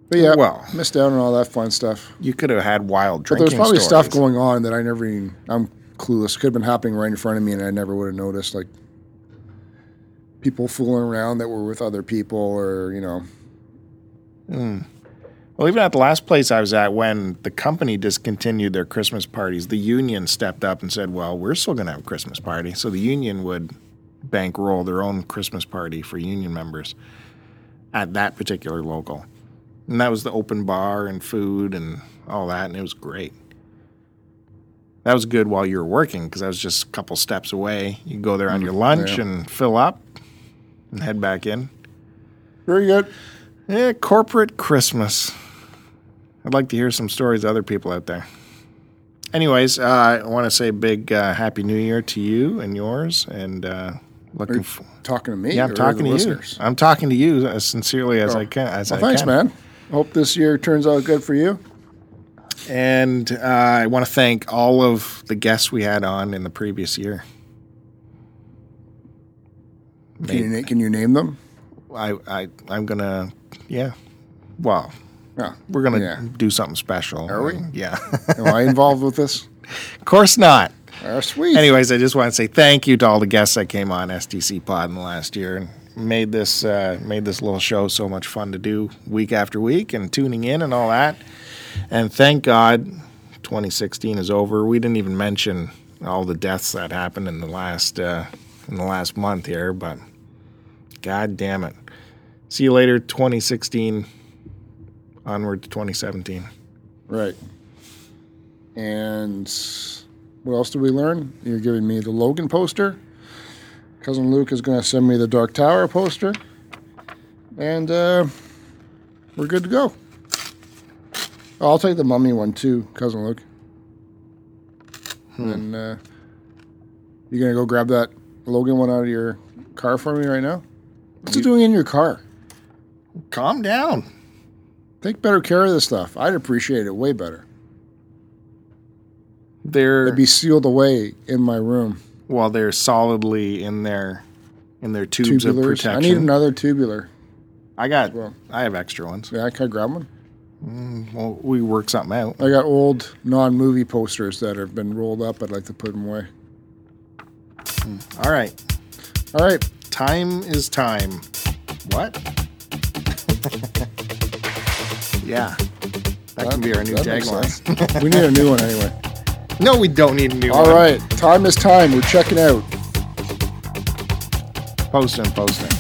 Speaker 2: but yeah,
Speaker 3: Well.
Speaker 2: missed out on all that fun stuff.
Speaker 3: you could have had wild
Speaker 2: But
Speaker 3: drinking.
Speaker 2: there's probably stuff
Speaker 3: stories.
Speaker 2: going on that I never even, I'm clueless. Could have been happening right in front of me and I never would have noticed. Like people fooling around that were with other people or, you know,
Speaker 3: Well, even at the last place I was at, when the company discontinued their Christmas parties, the union stepped up and said, "Well, we're still going to have a Christmas party." So the union would bankroll their own Christmas party for union members at that particular local, and that was the open bar and food and all that, and it was great. That was good while you were working because I was just a couple steps away. You go there on your lunch
Speaker 2: yeah.
Speaker 3: and fill up and head back in.
Speaker 2: very good.
Speaker 3: Yeah, Eh, corporate Christmas. I'd like to hear some stories of other people out there. Anyways, uh, I want to say a big uh, happy new year to you and yours, and uh, looking. F-
Speaker 2: Talking to me.
Speaker 3: yeah, I'm
Speaker 2: or
Speaker 3: talking
Speaker 2: the
Speaker 3: to
Speaker 2: listeners. Oh.
Speaker 3: you. I'm talking to you as sincerely as I can. As
Speaker 2: Well,
Speaker 3: I
Speaker 2: thanks,
Speaker 3: can.
Speaker 2: man. Hope this year turns out good for you.
Speaker 3: And uh, I want to thank all of the guests we had on in the previous year.
Speaker 2: Can you, na- can you name them?
Speaker 3: I, I, I'm gonna, yeah. Well,
Speaker 2: Yeah.
Speaker 3: we're gonna
Speaker 2: Yeah.
Speaker 3: do something special.
Speaker 2: Are we?
Speaker 3: Yeah.
Speaker 2: Am I involved with this?
Speaker 3: of course not.
Speaker 2: Oh, sweet.
Speaker 3: Anyways, I just want to say thank you to all the guests that came on SDC Pod in the last year and made this uh, made this little show so much fun to do week after week and tuning in and all that. And thank God, 2016 is over. We didn't even mention all the deaths that happened in the last uh, in the last month here, but God damn it! See you later, 2016. Onward to 2017.
Speaker 2: Right. And what else did we learn? You're giving me the Logan poster. Cousin Luke is going to send me the Dark Tower poster. And uh, we're good to go. Oh, I'll take the mummy one too, Cousin Luke. And uh, you're going to go grab that Logan one out of your car for me right now? What's it doing in your car?
Speaker 3: Calm down.
Speaker 2: Take better care of this stuff. I'd appreciate it way better.
Speaker 3: There.
Speaker 2: It'd be sealed away in my room.
Speaker 3: while they're solidly in their in their tubes of
Speaker 2: Tubulars. I need
Speaker 3: protection. I,
Speaker 2: another tubular.
Speaker 3: got
Speaker 2: well.
Speaker 3: I have extra ones.
Speaker 2: Yeah, can I grab one?
Speaker 3: Well, we work something out.
Speaker 2: I got old non-movie posters that have been rolled up. I'd like to put them away.
Speaker 3: All right.
Speaker 2: All right.
Speaker 3: Time is time. What? yeah. That can be our new
Speaker 2: That makes sense.
Speaker 3: tagline.
Speaker 2: we need a new one anyway.
Speaker 3: no, we don't need a new
Speaker 2: All
Speaker 3: one.
Speaker 2: right. Time is time. We're checking out.
Speaker 3: Posting, posting.